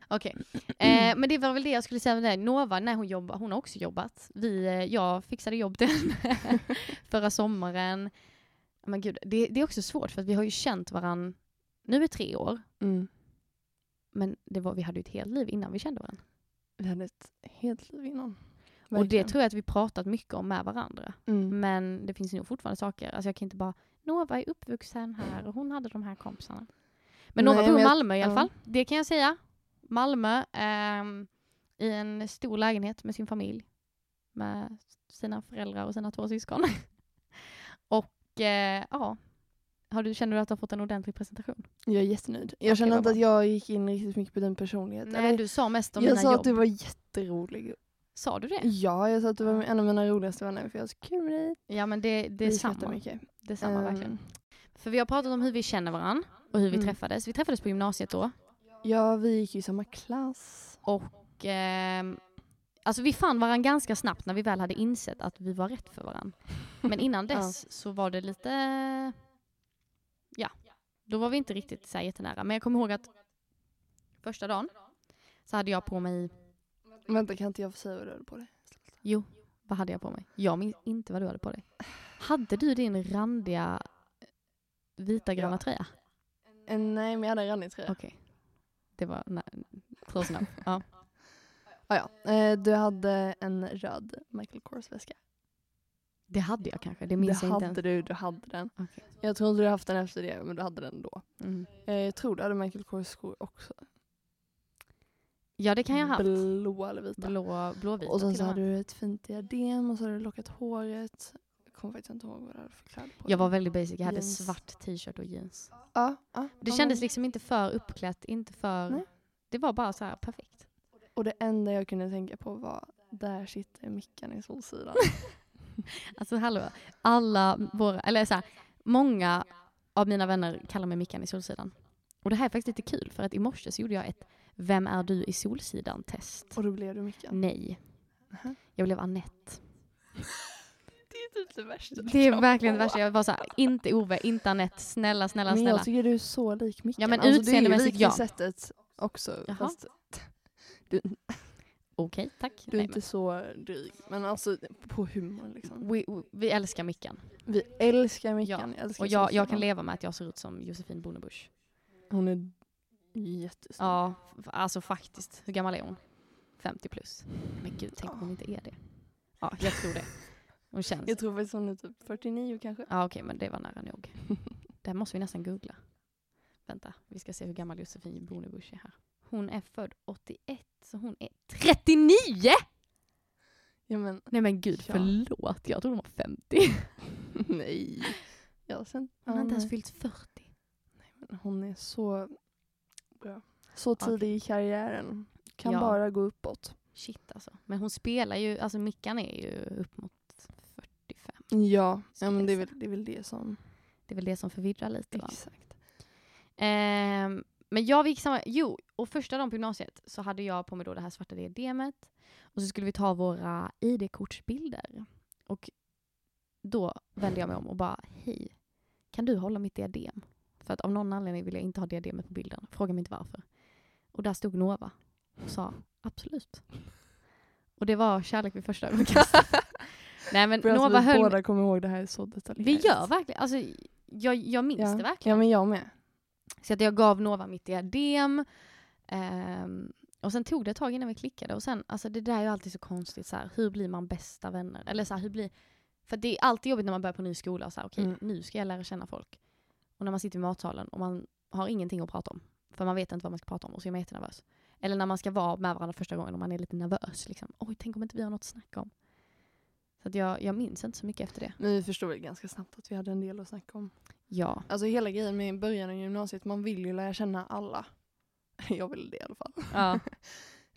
Speaker 3: Okej. Eh, men det var väl det jag skulle säga om det. Nova, när hon jobbar, hon har också jobbat. Vi, eh, jag fixade jobb till henne [laughs] förra sommaren. Men gud, det, det är också svårt för att vi har ju känt varann nu i tre år. Men det var, vi hade ju ett helt liv innan vi kände varandra.
Speaker 6: Vi hade ett helt liv innan.
Speaker 3: Och det
Speaker 6: Verkligen.
Speaker 3: tror jag att vi pratat mycket om med varandra.
Speaker 6: Mm.
Speaker 3: Men det finns ju nog fortfarande saker. Alltså jag kan inte bara, Nova är uppvuxen här och hon hade de här kompisarna. Men Nova
Speaker 6: Nej,
Speaker 3: bor i
Speaker 6: men jag-
Speaker 3: Malmö i alla
Speaker 6: ja.
Speaker 3: fall. Det kan jag säga. Malmö, ehm, i en stor lägenhet med sin familj. Med sina föräldrar och sina två syskon. [laughs] och eh, ja, har du, känner du att du har fått en ordentlig presentation?
Speaker 6: Jag är jättenöjd. Jag
Speaker 3: Okej,
Speaker 6: känner
Speaker 3: vad
Speaker 6: inte att
Speaker 3: bra.
Speaker 6: jag gick in riktigt mycket på din personlighet.
Speaker 3: Nej, du sa mest om
Speaker 6: jag
Speaker 3: dina
Speaker 6: sa
Speaker 3: jobb.
Speaker 6: att du var jätterolig.
Speaker 3: Sa du det?
Speaker 6: Ja, jag sa att du var en av mina roligaste vänner för jag har så kul med dig.
Speaker 3: Ja, men det, det är
Speaker 6: Vi skrattar
Speaker 3: samma.
Speaker 6: mycket.
Speaker 3: Det är samma
Speaker 6: Ehm,
Speaker 3: verkligen. För vi har pratat om hur vi känner varandra och hur vi
Speaker 6: Mm.
Speaker 3: träffades. Vi träffades på gymnasiet då.
Speaker 6: Ja, vi gick ju i samma klass.
Speaker 3: Och ehm, alltså vi fann varandra ganska snabbt när vi väl hade insett att vi var rätt för varandra. Men [laughs] innan
Speaker 6: Ja.
Speaker 3: dess så var det lite... Ja, då var vi inte riktigt så här jättenära. Men jag kommer ihåg att första dagen så hade jag på mig...
Speaker 6: Vänta, kan inte jag få säga vad du hade på dig?
Speaker 3: Jo, vad hade jag på mig? Jag minns inte vad du hade på dig. Hade du din randiga eh, vita gröna
Speaker 6: Ja.
Speaker 3: tröja?
Speaker 6: Ehm, Eh, Nej, men jag hade en randig tröja.
Speaker 3: Okej. Det var... nä- Close [laughs] enough. Ja.
Speaker 6: Ah, ja. eh, du hade en röd Michael Kors-väska.
Speaker 3: Det hade jag kanske, det minns
Speaker 6: det
Speaker 3: jag inte ens.
Speaker 6: hade du, du hade den.
Speaker 3: Okej.
Speaker 6: Jag tror inte du haft den efter det, men du hade den då.
Speaker 3: Mm.
Speaker 6: Eh, jag tror du hade Michael Kors-skor också.
Speaker 3: Ja det kan jag ha haft.
Speaker 6: Blå eller vita.
Speaker 3: Blå, blåvita
Speaker 6: och sen
Speaker 3: till
Speaker 6: så
Speaker 3: och
Speaker 6: hade
Speaker 3: med.
Speaker 6: du ett fint diadem och så hade du lockat håret. Jag kommer faktiskt inte ihåg vad du hade för kläder på
Speaker 3: Jag
Speaker 6: dig.
Speaker 3: var väldigt basic, jag hade
Speaker 6: Jeans.
Speaker 3: svart t-shirt och jeans.
Speaker 6: Ja, ja,
Speaker 3: Det
Speaker 6: ja,
Speaker 3: kändes
Speaker 6: men-
Speaker 3: liksom inte för uppklätt, inte för...
Speaker 6: Nej.
Speaker 3: Det var bara så här perfekt.
Speaker 6: Och det enda jag kunde tänka på var där sitter Mickan i
Speaker 3: [laughs]
Speaker 6: Solsidan.
Speaker 3: Alltså hallå, alla våra, eller så här, många av mina vänner kallar mig Mickan i Solsidan. Och det här är faktiskt lite kul för att i morse så gjorde jag ett Vem är du i Solsidan test.
Speaker 6: och då blev du Mickan.
Speaker 3: Nej.
Speaker 6: Nähä.
Speaker 3: Jag blev Annette.
Speaker 6: Det är typ det värsta.
Speaker 3: [laughs] Det är verkligen det värsta. Jag var så här, [laughs] inte Ove, inte Annette, snälla, snälla,
Speaker 6: Men jag
Speaker 3: snälla.
Speaker 6: tycker du är så lik Mickan.
Speaker 3: Ja, men
Speaker 6: Du är
Speaker 3: utseendemässigt,
Speaker 6: ju lik
Speaker 3: ja.
Speaker 6: i sättet också.
Speaker 3: Jaha.
Speaker 6: Fast
Speaker 3: Okej, tack.
Speaker 6: du är
Speaker 3: Nej,
Speaker 6: inte så dryg. Men alltså på humorn liksom.
Speaker 3: men, vi, vi älskar Mickan.
Speaker 6: Vi älskar
Speaker 3: Ja,
Speaker 6: Mickan. älskar
Speaker 3: Och jag, jag
Speaker 6: Solsidan.
Speaker 3: kan leva med att jag ser ut som Josefin Bornebusch.
Speaker 6: Hon är jättesnygg.
Speaker 3: Ja, f- alltså faktiskt. Hur gammal är hon? 50 plus. Men gud, tänk om hon inte är det. Ja, jag tror det. Hon känns.
Speaker 6: Jag tror faktiskt hon är typ 49 kanske.
Speaker 3: Ja, okej, men det var nära nog. [laughs] Det här måste vi nästan googla. Vänta, vi ska se hur gammal Josefin Bornebusch är här. Hon är född 81, så hon är 39!
Speaker 6: Ja men
Speaker 3: Nej men gud,
Speaker 6: Ja.
Speaker 3: förlåt. Jag trodde hon var 50.
Speaker 6: nej. Ja, sen,
Speaker 3: Hon har
Speaker 6: ja,
Speaker 3: inte ens
Speaker 6: nej.
Speaker 3: fyllt 40.
Speaker 6: Hon är så bra. Så
Speaker 3: Okej.
Speaker 6: tidig i karriären. Kan
Speaker 3: Ja.
Speaker 6: bara gå uppåt.
Speaker 3: Shit alltså. Men hon spelar ju, alltså Mickan är ju upp mot 45.
Speaker 6: Ja, ja
Speaker 3: Skulle
Speaker 6: men det är,
Speaker 3: jag
Speaker 6: väl, det är väl det som...
Speaker 3: Det är väl det som förvirrar lite va?
Speaker 6: Exakt.
Speaker 3: Ehm, men jag gick samma, jo, och första dagen på gymnasiet så hade jag på mig då det här svarta diademet. Och så skulle vi ta våra ID-kortsbilder. Och då vände jag mig om och bara, hej, kan du hålla mitt diadem? För att av någon anledning vill jag inte ha diademet på bilden. Fråga mig inte varför. Och där stod Nova och sa, absolut. Och det var kärlek vid
Speaker 6: [laughs]
Speaker 3: första ögonkastet. Nej men
Speaker 6: För
Speaker 3: Nova
Speaker 6: att vi
Speaker 3: höll
Speaker 6: båda kommer ihåg det här så detaljerat.
Speaker 3: Vi gör verkligen, alltså jag, jag minns
Speaker 6: ja.
Speaker 3: det verkligen.
Speaker 6: Ja men jag med.
Speaker 3: Så att jag gav Nova mitt diadem. ehm, och sen tog det ett tag innan vi klickade. Och sen, alltså det där är ju alltid så konstigt så här, hur blir man bästa vänner? Eller så här, hur blir... För det är alltid jobbigt när man börjar på ny skola och så här, okej,
Speaker 6: Mm.
Speaker 3: nu ska jag lära känna folk. Och när man sitter i matsalen och man har ingenting att prata om. För man vet inte vad man ska prata om och så är man jättenervös. Eller när man ska vara med varandra första gången och man är lite nervös. Liksom. Oj, tänk om inte vi har något att snacka om. Så att jag, jag minns inte så mycket efter det.
Speaker 6: Men vi förstod ju ganska snabbt att vi hade en del att snacka om.
Speaker 3: Ja,
Speaker 6: Alltså hela grejen med början av gymnasiet, man vill ju lära känna alla. [laughs] Jag vill det i alla fall. [laughs]
Speaker 3: ja,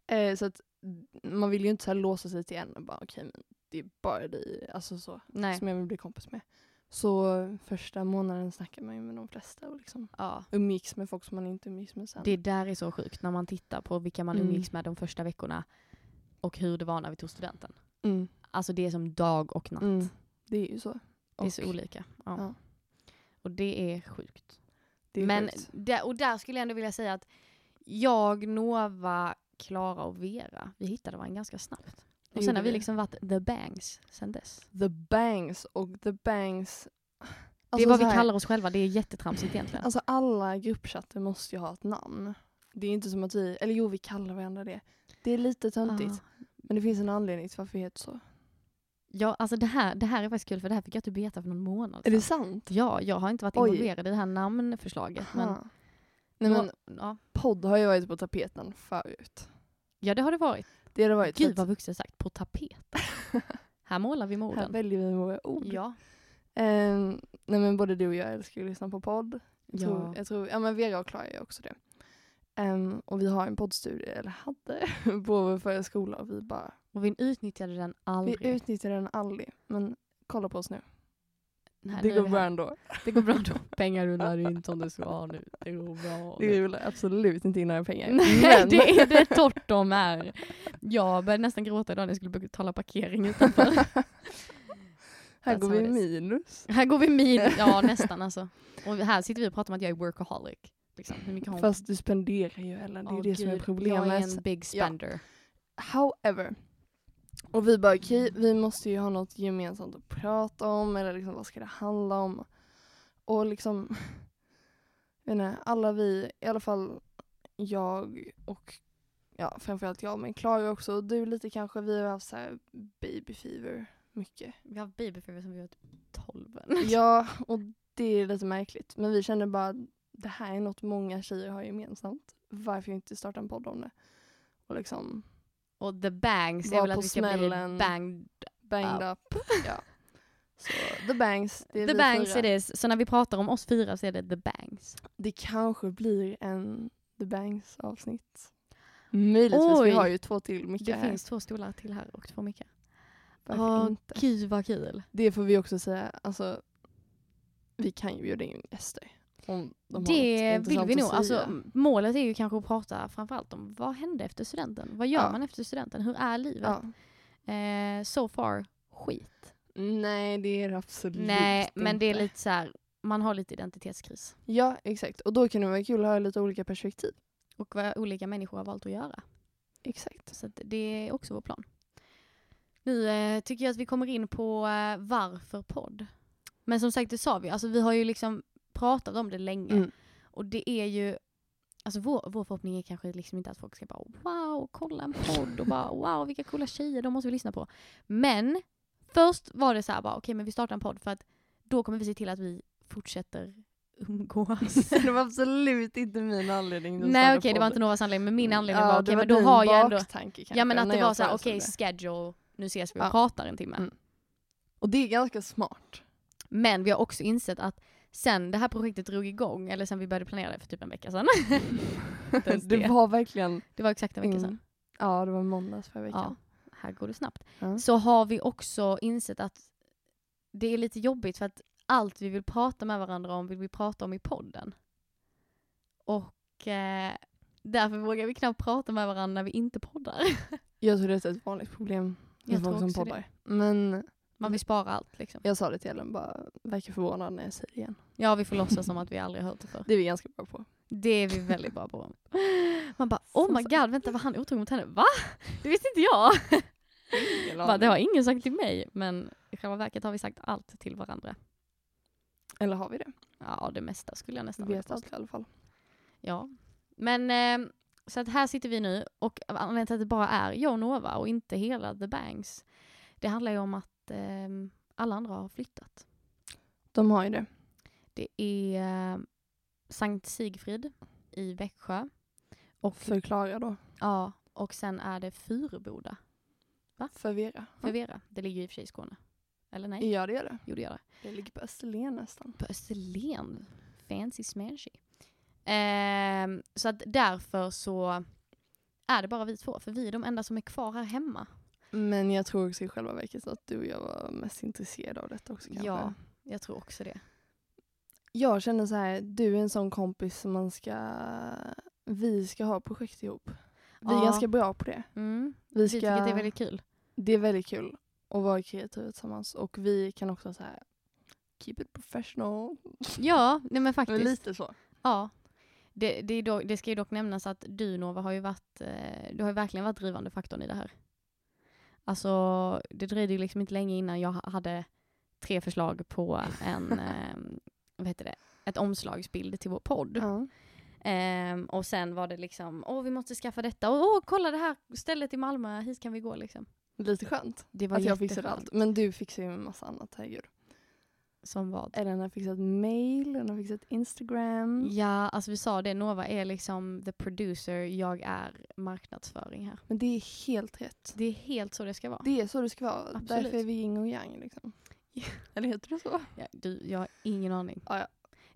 Speaker 6: Eh, så att man vill ju inte så här låsa sig till en och bara okej men det är bara dig alltså så,
Speaker 3: nej.
Speaker 6: som jag vill bli kompis med. Så första månaden snackade man ju med de flesta och liksom
Speaker 3: Ja.
Speaker 6: umgicks med folk som man inte umgicks med sen.
Speaker 3: Det där är så sjukt när man tittar på vilka man
Speaker 6: Mm.
Speaker 3: umgicks med de första veckorna och hur det var när vi tog studenten.
Speaker 6: mm,
Speaker 3: Alltså det är som dag och natt.
Speaker 6: mm, det är ju så.
Speaker 3: Det är så olika. Ja.
Speaker 6: ja.
Speaker 3: Och det är sjukt.
Speaker 6: Det är
Speaker 3: Men
Speaker 6: sjukt.
Speaker 3: där, och där skulle jag ändå vilja säga att jag, Nova, Klara och Vera, vi hittade varandra ganska snabbt. Och sen
Speaker 6: gjorde
Speaker 3: har vi
Speaker 6: vi.
Speaker 3: liksom varit the bangs sen dess.
Speaker 6: The Bangs och The Bangs.
Speaker 3: det är
Speaker 6: Alltså
Speaker 3: vad
Speaker 6: så
Speaker 3: vi
Speaker 6: här,
Speaker 3: kallar oss själva, det är jättetramsigt egentligen.
Speaker 6: Alltså alla gruppchatter måste ju ha ett namn. Det är inte som att vi, eller jo vi kallar varandra det. Det är lite töntigt.
Speaker 3: Ja.
Speaker 6: Men det finns en anledning till varför vi heter så.
Speaker 3: Ja, alltså det här, det här är faktiskt kul för det här fick jag typ veta för någon månad
Speaker 6: Är det
Speaker 3: sedan.
Speaker 6: sant?
Speaker 3: Ja, jag har inte varit
Speaker 6: Oj.
Speaker 3: involverad i det här namnförslaget. Men,
Speaker 6: Aha. Nej men
Speaker 3: ja,
Speaker 6: podd har ju varit på tapeten förut.
Speaker 3: ja, det har det varit.
Speaker 6: Det har det varit. typ.
Speaker 3: Gud
Speaker 6: så [laughs]
Speaker 3: vad vuxet sagt, på tapeten. här målar vi med
Speaker 6: att här
Speaker 3: orden.
Speaker 6: väljer vi våra ord.
Speaker 3: Ja.
Speaker 6: Ehm, nej men både du och jag älskar ju att lyssna på podd. Jag
Speaker 3: Ja.
Speaker 6: tror, jag tror, ja men Vera och Klara gör också det. Ehm, och vi har en poddstudio, eller hade, [laughs] på vår förra skola och vi bara,
Speaker 3: Och vi utnyttjade den aldrig.
Speaker 6: vi utnyttjar den aldrig. Men kolla på oss nu.
Speaker 3: Nej, nu
Speaker 6: det
Speaker 3: är
Speaker 6: går
Speaker 3: vi
Speaker 6: bra
Speaker 3: här.
Speaker 6: ändå.
Speaker 3: det går bra [laughs] då. Pengar rullar in som det ska ha nu. Det går bra.
Speaker 6: Det rullar absolut inte in några pengar.
Speaker 3: [laughs] Nej,
Speaker 6: Men-
Speaker 3: det är det torrt de är. Jag började nästan gråta idag när jag skulle betala parkering utanför.
Speaker 6: [laughs] Här går
Speaker 3: That's
Speaker 6: vi
Speaker 3: how it is.
Speaker 6: minus.
Speaker 3: [laughs] här går vi min, ja nästan alltså. Och här sitter vi och pratar om att jag är workaholic. Liksom, hur mycket har hon?
Speaker 6: Fast du spenderar ju Ellen, det är
Speaker 3: Åh,
Speaker 6: ju det som är
Speaker 3: gud,
Speaker 6: problemet.
Speaker 3: Jag är en big spender.
Speaker 6: However. Och vi bara okej, vi måste ju ha något gemensamt att prata om eller liksom vad ska det handla om? Och liksom, [laughs] jag vet inte, alla vi, i alla fall jag och ja, framförallt jag, men Klara också och du lite kanske. Vi har haft så här baby fever mycket.
Speaker 3: Vi har haft babyfeber som vi var typ 12.
Speaker 6: [laughs] Ja, och det är lite märkligt. Men vi kände bara att det här är något många tjejer har gemensamt. Varför inte starta en podd om det? Och liksom
Speaker 3: Och the bangs är
Speaker 6: Var
Speaker 3: väl
Speaker 6: på
Speaker 3: att vi ska
Speaker 6: smällen.
Speaker 3: bli banged.
Speaker 6: banged up. Ja. Så the bangs, det är
Speaker 3: The
Speaker 6: vi
Speaker 3: bangs
Speaker 6: fyra.
Speaker 3: är det. Så när vi pratar om oss fyra så är det the bangs.
Speaker 6: Det kanske blir en the bangs avsnitt. Möjligtvis,
Speaker 3: Oj.
Speaker 6: vi har ju två till
Speaker 3: Det
Speaker 6: mickar här.
Speaker 3: finns två stolar till här och två mickar.
Speaker 6: Varför
Speaker 3: Åh,
Speaker 6: inte?
Speaker 3: Gud vad kul.
Speaker 6: Det får vi också säga, alltså vi kan ju bjuda in gäster. Om de
Speaker 3: det
Speaker 6: har något
Speaker 3: vill vi
Speaker 6: intressant
Speaker 3: nog.
Speaker 6: att säga.
Speaker 3: Alltså, målet är ju kanske att prata framförallt om vad hände efter studenten? Vad gör
Speaker 6: Ja.
Speaker 3: man efter studenten? Hur är livet?
Speaker 6: ja.
Speaker 3: Eh, so far, skit.
Speaker 6: Nej, det är det absolut
Speaker 3: Nej, men det är
Speaker 6: inte.
Speaker 3: lite så här, man har lite identitetskris.
Speaker 6: Ja, exakt. Och då kan det vara kul att höra lite olika perspektiv.
Speaker 3: Och vad olika människor har valt att göra.
Speaker 6: Exakt.
Speaker 3: Så att det är också vår plan. Nu eh, tycker jag att vi kommer in på eh, varför podd. Men som sagt, det sa vi, alltså, vi har ju liksom pratat om det länge.
Speaker 6: [laughs] Mm.
Speaker 3: Och det är ju, alltså vår, vår förhoppning är kanske liksom inte att folk ska bara wow, kolla en podd och bara wow vilka coola tjejer, de måste vi lyssna på. Men först var det så här bara okej men vi startar en podd för att då kommer vi se till att vi fortsätter umgås.
Speaker 6: [laughs] det var absolut inte min anledning. till att
Speaker 3: Nej
Speaker 6: starta
Speaker 3: okej det var
Speaker 6: podden.
Speaker 3: inte Novas anledning men min anledning
Speaker 6: Mm. Ja,
Speaker 3: var
Speaker 6: det
Speaker 3: okej men
Speaker 6: din
Speaker 3: då har jag ändå
Speaker 6: baktanke kanske,
Speaker 3: Ja men att
Speaker 6: när
Speaker 3: det
Speaker 6: jag
Speaker 3: var så här,
Speaker 6: föreslog
Speaker 3: okej
Speaker 6: det.
Speaker 3: schedule, nu ses vi och
Speaker 6: Ja.
Speaker 3: pratar en timme.
Speaker 6: Mm. Och det är ganska smart.
Speaker 3: Men vi har också insett att sen det här projektet drog igång, eller sen vi började planera det för typ en
Speaker 6: [laughs]
Speaker 3: vecka sedan. [laughs] Inte ens
Speaker 6: det
Speaker 3: det.
Speaker 6: var verkligen...
Speaker 3: Det var exakt en vecka sedan.
Speaker 6: Mm. Ja, det var måndags förra
Speaker 3: Ja,
Speaker 6: veckan.
Speaker 3: här går det snabbt.
Speaker 6: Ja.
Speaker 3: Så har vi också insett att det är lite jobbigt för att allt vi vill prata med varandra om vill vi prata om i podden. Och eh, därför vågar vi knappt prata med varandra när vi inte poddar. [laughs]
Speaker 6: Jag tror det är ett vanligt problem med
Speaker 3: Jag
Speaker 6: folk
Speaker 3: tror
Speaker 6: som
Speaker 3: också det.
Speaker 6: poddar. Men
Speaker 3: Man vill spara allt liksom.
Speaker 6: jag sa det till Ellen, bara verkar förvånad när jag säger det igen.
Speaker 3: Ja, vi får låtsas som att vi aldrig har hört det förr.
Speaker 6: Det är vi ganska bra på.
Speaker 3: Det är vi väldigt bra på. Man bara oh my god, vänta var han otrogen mot henne? Va? Det visste inte
Speaker 6: [laughs]
Speaker 3: jag. [laughs] Bara, det har ingen sagt till mig. Men i själva verket har vi sagt allt till varandra.
Speaker 6: Eller har vi det?
Speaker 3: Ja, det mesta skulle jag nästan vilja
Speaker 6: Vet
Speaker 3: påstå.
Speaker 6: allt i alla fall.
Speaker 3: Ja. Men eh, så att här sitter vi nu och anledningen till att det bara är jag och Nova och inte hela The Bangs. Det handlar ju om att eh, alla andra har flyttat.
Speaker 6: De har ju det.
Speaker 3: Det är eh, Sankt Sigfrid i Växjö. Och,
Speaker 6: Förklara då.
Speaker 3: ja, och sen är det Furboda.
Speaker 6: Förvirra.
Speaker 3: för Vera. Det ligger ju i och för sig i Skåne. Eller nej,
Speaker 6: Ja, det gör det.
Speaker 3: jo det gör det.
Speaker 6: Det ligger på Österlen nästan.
Speaker 3: På Österlen. Fancy smashy. Ehm, så att därför så är det bara vi två, för vi är de enda som är kvar här hemma.
Speaker 6: Men jag tror också i själva verket att du och jag var mest intresserade av detta också kanske.
Speaker 3: Ja, jag tror också det.
Speaker 6: Jag känner så här, du är en sån kompis som man ska... Vi ska ha projekt ihop. Vi är
Speaker 3: Ja.
Speaker 6: ganska bra på det.
Speaker 3: Mm.
Speaker 6: Vi,
Speaker 3: Vi
Speaker 6: ska,
Speaker 3: tycker att det är väldigt kul.
Speaker 6: det är väldigt kul att vara kreativa tillsammans. Och vi kan också så här, keep it professional.
Speaker 3: Ja, nej men
Speaker 6: Men
Speaker 3: faktiskt.
Speaker 6: lite så.
Speaker 3: Ja. Det, det, är dock, det ska ju dock nämnas att du Nova har ju varit, eh, du har ju verkligen varit drivande faktorn i det här. Alltså det dröjde ju liksom inte länge innan jag ha- hade tre förslag på [laughs] en, eh, vad heter det, ett omslagsbild till vår podd.
Speaker 6: Ja.
Speaker 3: Ehm, och sen var det liksom, åh vi måste skaffa detta, och åh kolla det här stället i Malmö, hit kan vi gå liksom. Alltså,
Speaker 6: Lite skönt
Speaker 3: Det var
Speaker 6: att jag fixade
Speaker 3: jätteskönt.
Speaker 6: allt. Men du fixar ju en massa annat, herregud.
Speaker 3: Som vad?
Speaker 6: Ellen har fixat mail, hon har fixat Instagram.
Speaker 3: Ja, alltså vi sa det, Nova är liksom the producer, jag är marknadsföring här.
Speaker 6: Men det är helt rätt.
Speaker 3: Det är helt så det ska vara.
Speaker 6: Det är så det ska vara.
Speaker 3: Absolut.
Speaker 6: Därför är vi yin och yang.
Speaker 3: [laughs]
Speaker 6: Liksom. Eller heter det så?
Speaker 3: Ja, du, jag har ingen aning.
Speaker 6: Ja, ja.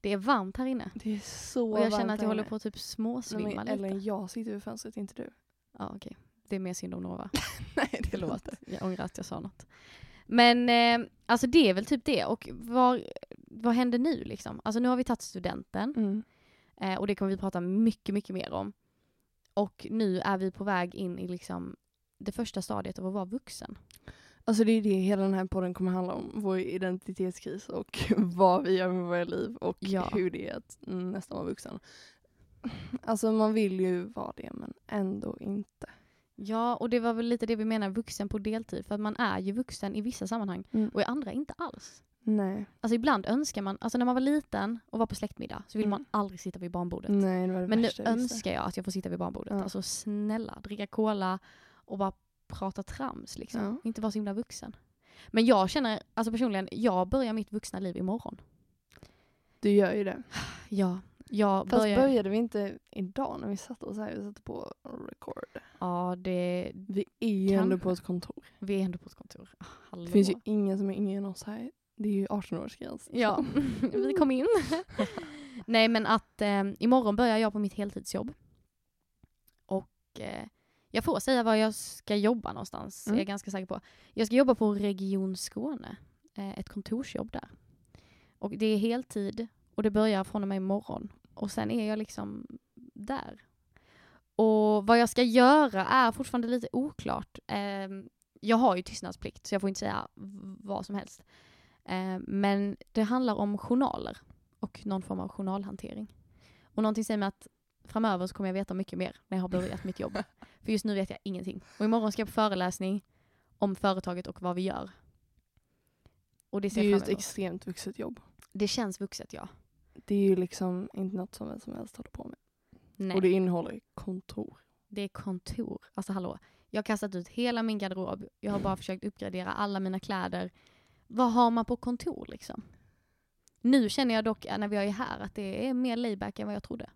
Speaker 3: Det är varmt här inne.
Speaker 6: Det är så
Speaker 3: Och jag
Speaker 6: varmt
Speaker 3: känner att
Speaker 6: här
Speaker 3: jag håller
Speaker 6: inne.
Speaker 3: på att typ
Speaker 6: Nej,
Speaker 3: småsvimma
Speaker 6: men,
Speaker 3: lite.
Speaker 6: Ellen, jag sitter vid fönstret, inte
Speaker 3: [laughs]
Speaker 6: du.
Speaker 3: Ja, okej. Det är mer synd om Nova.
Speaker 6: Nej, det är
Speaker 3: Förlåt.
Speaker 6: inte.
Speaker 3: Jag ångrar att jag sa något. Men eh, alltså det är väl typ det. Och vad, vad händer nu liksom? Alltså nu har vi tagit studenten
Speaker 6: Mm.
Speaker 3: eh, och det kommer vi prata mycket, mycket mer om. Och nu är vi på väg in i liksom det första stadiet av att vara vuxen.
Speaker 6: Alltså det är det hela den här podden kommer handla om. Vår identitetskris och [laughs] vad vi gör med våra liv och
Speaker 3: Ja.
Speaker 6: hur det är att mm, nästan vara vuxen. Alltså man vill ju vara det men ändå inte.
Speaker 3: Ja, och det var väl lite det vi menar vuxen på deltid. För att man är ju vuxen i vissa sammanhang
Speaker 6: Mm.
Speaker 3: och i andra inte alls.
Speaker 6: Nej.
Speaker 3: Alltså ibland önskar man, alltså när man var liten och var på släktmiddag så ville
Speaker 6: Mm.
Speaker 3: man aldrig sitta vid barnbordet.
Speaker 6: Nej, det var det
Speaker 3: Men nu
Speaker 6: värsta jag visste.
Speaker 3: önskar jag att jag får sitta vid barnbordet.
Speaker 6: Ja.
Speaker 3: Alltså snälla, dricka cola och bara prata trams liksom.
Speaker 6: Ja.
Speaker 3: Inte vara så himla vuxen. Men jag känner, alltså personligen, jag börjar mitt vuxna liv imorgon.
Speaker 6: Du gör ju det.
Speaker 3: Ja, jag
Speaker 6: Fast
Speaker 3: börjar...
Speaker 6: började vi inte idag när vi satt oss här? Vi satte på record.
Speaker 3: Ja, det,
Speaker 6: Vi är ju ändå
Speaker 3: Kanske.
Speaker 6: på ett kontor.
Speaker 3: vi är ändå på ett kontor. Ah, Hallå.
Speaker 6: Det finns ju ingen som är yngre än oss här. Det är ju 18-årsgräns.
Speaker 3: [laughs] Ja, vi kom in. Nej men att eh, imorgon börjar jag på mitt heltidsjobb. Och eh, jag får säga var jag ska jobba någonstans,
Speaker 6: Mm.
Speaker 3: jag är ganska säker på. Jag ska jobba på Region Skåne, eh, ett kontorsjobb där. Och det är heltid och det börjar från och med imorgon. Och sen är jag liksom där. Och vad jag ska göra är fortfarande lite oklart. Eh, jag har ju tystnadsplikt så jag får inte säga v- vad som helst. Eh, men det handlar om journaler och någon form av journalhantering. Och någonting säger mig att framöver så kommer jag veta mycket mer när jag har börjat
Speaker 6: [laughs]
Speaker 3: mitt jobb. För just nu vet jag ingenting. Och imorgon ska jag på föreläsning om företaget och vad vi gör. Och det
Speaker 6: Det
Speaker 3: ser
Speaker 6: är
Speaker 3: jag
Speaker 6: ju
Speaker 3: fram
Speaker 6: ett
Speaker 3: emot.
Speaker 6: extremt vuxet jobb.
Speaker 3: Det känns vuxet ja.
Speaker 6: Det är ju liksom inte något som vem som helst håller på med.
Speaker 3: Nej.
Speaker 6: Och det innehåller kontor.
Speaker 3: Det är kontor. Alltså hallå. Jag har kastat ut hela min garderob. Jag har bara försökt uppgradera alla mina kläder. Vad har man på kontor liksom? Nu känner jag dock eh, när vi är här att det är mer layback än vad jag trodde.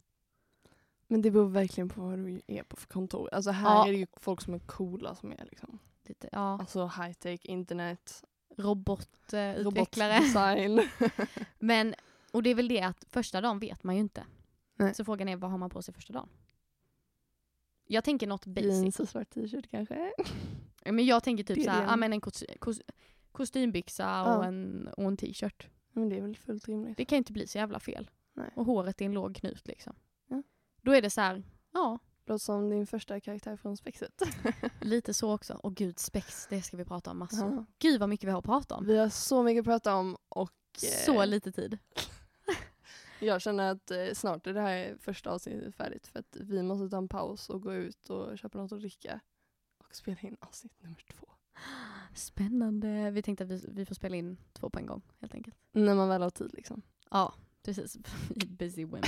Speaker 6: Men det beror verkligen på vad du är på för kontor. Alltså här
Speaker 3: Ja.
Speaker 6: är det ju folk som är coola som är liksom.
Speaker 3: Lite, ja,
Speaker 6: Alltså high tech, internet,
Speaker 3: robotutvecklare.
Speaker 6: robotdesign.
Speaker 3: [laughs] Men, och det är väl det att första dagen vet man ju inte.
Speaker 6: Nej.
Speaker 3: Så frågan är vad har man på sig första dagen? Jag tänker något basic.
Speaker 6: Jeans och svart t-shirt kanske. [laughs]
Speaker 3: Ja, Men jag tänker typ
Speaker 6: Det är
Speaker 3: såhär,
Speaker 6: det.
Speaker 3: ah, men en kos- kos- kostymbyxa och
Speaker 6: Ja.
Speaker 3: en, och en t-shirt.
Speaker 6: Men det är väl fullt rimligt.
Speaker 3: Det kan ju inte bli så jävla fel.
Speaker 6: Nej.
Speaker 3: Och håret är en låg knut liksom.
Speaker 6: Ja.
Speaker 3: Då är det så här, ja,
Speaker 6: Låter som din första karaktär från Spexet.
Speaker 3: lite så också. Och gud, spex, det ska vi prata om massor.
Speaker 6: [laughs]
Speaker 3: Gud vad mycket vi har att prata om.
Speaker 6: Vi har så mycket att prata om och eh,
Speaker 3: Så lite tid.
Speaker 6: jag känner att eh, snart är det här första avsnittet färdigt för att vi måste ta en paus och gå ut och köpa något att dricka och spela in avsnitt nummer två.
Speaker 3: Spännande. Vi tänkte att vi, vi får spela in två på en gång helt enkelt.
Speaker 6: När man väl har tid liksom.
Speaker 3: Ja, precis. [laughs]
Speaker 6: [laughs]
Speaker 3: Busy women.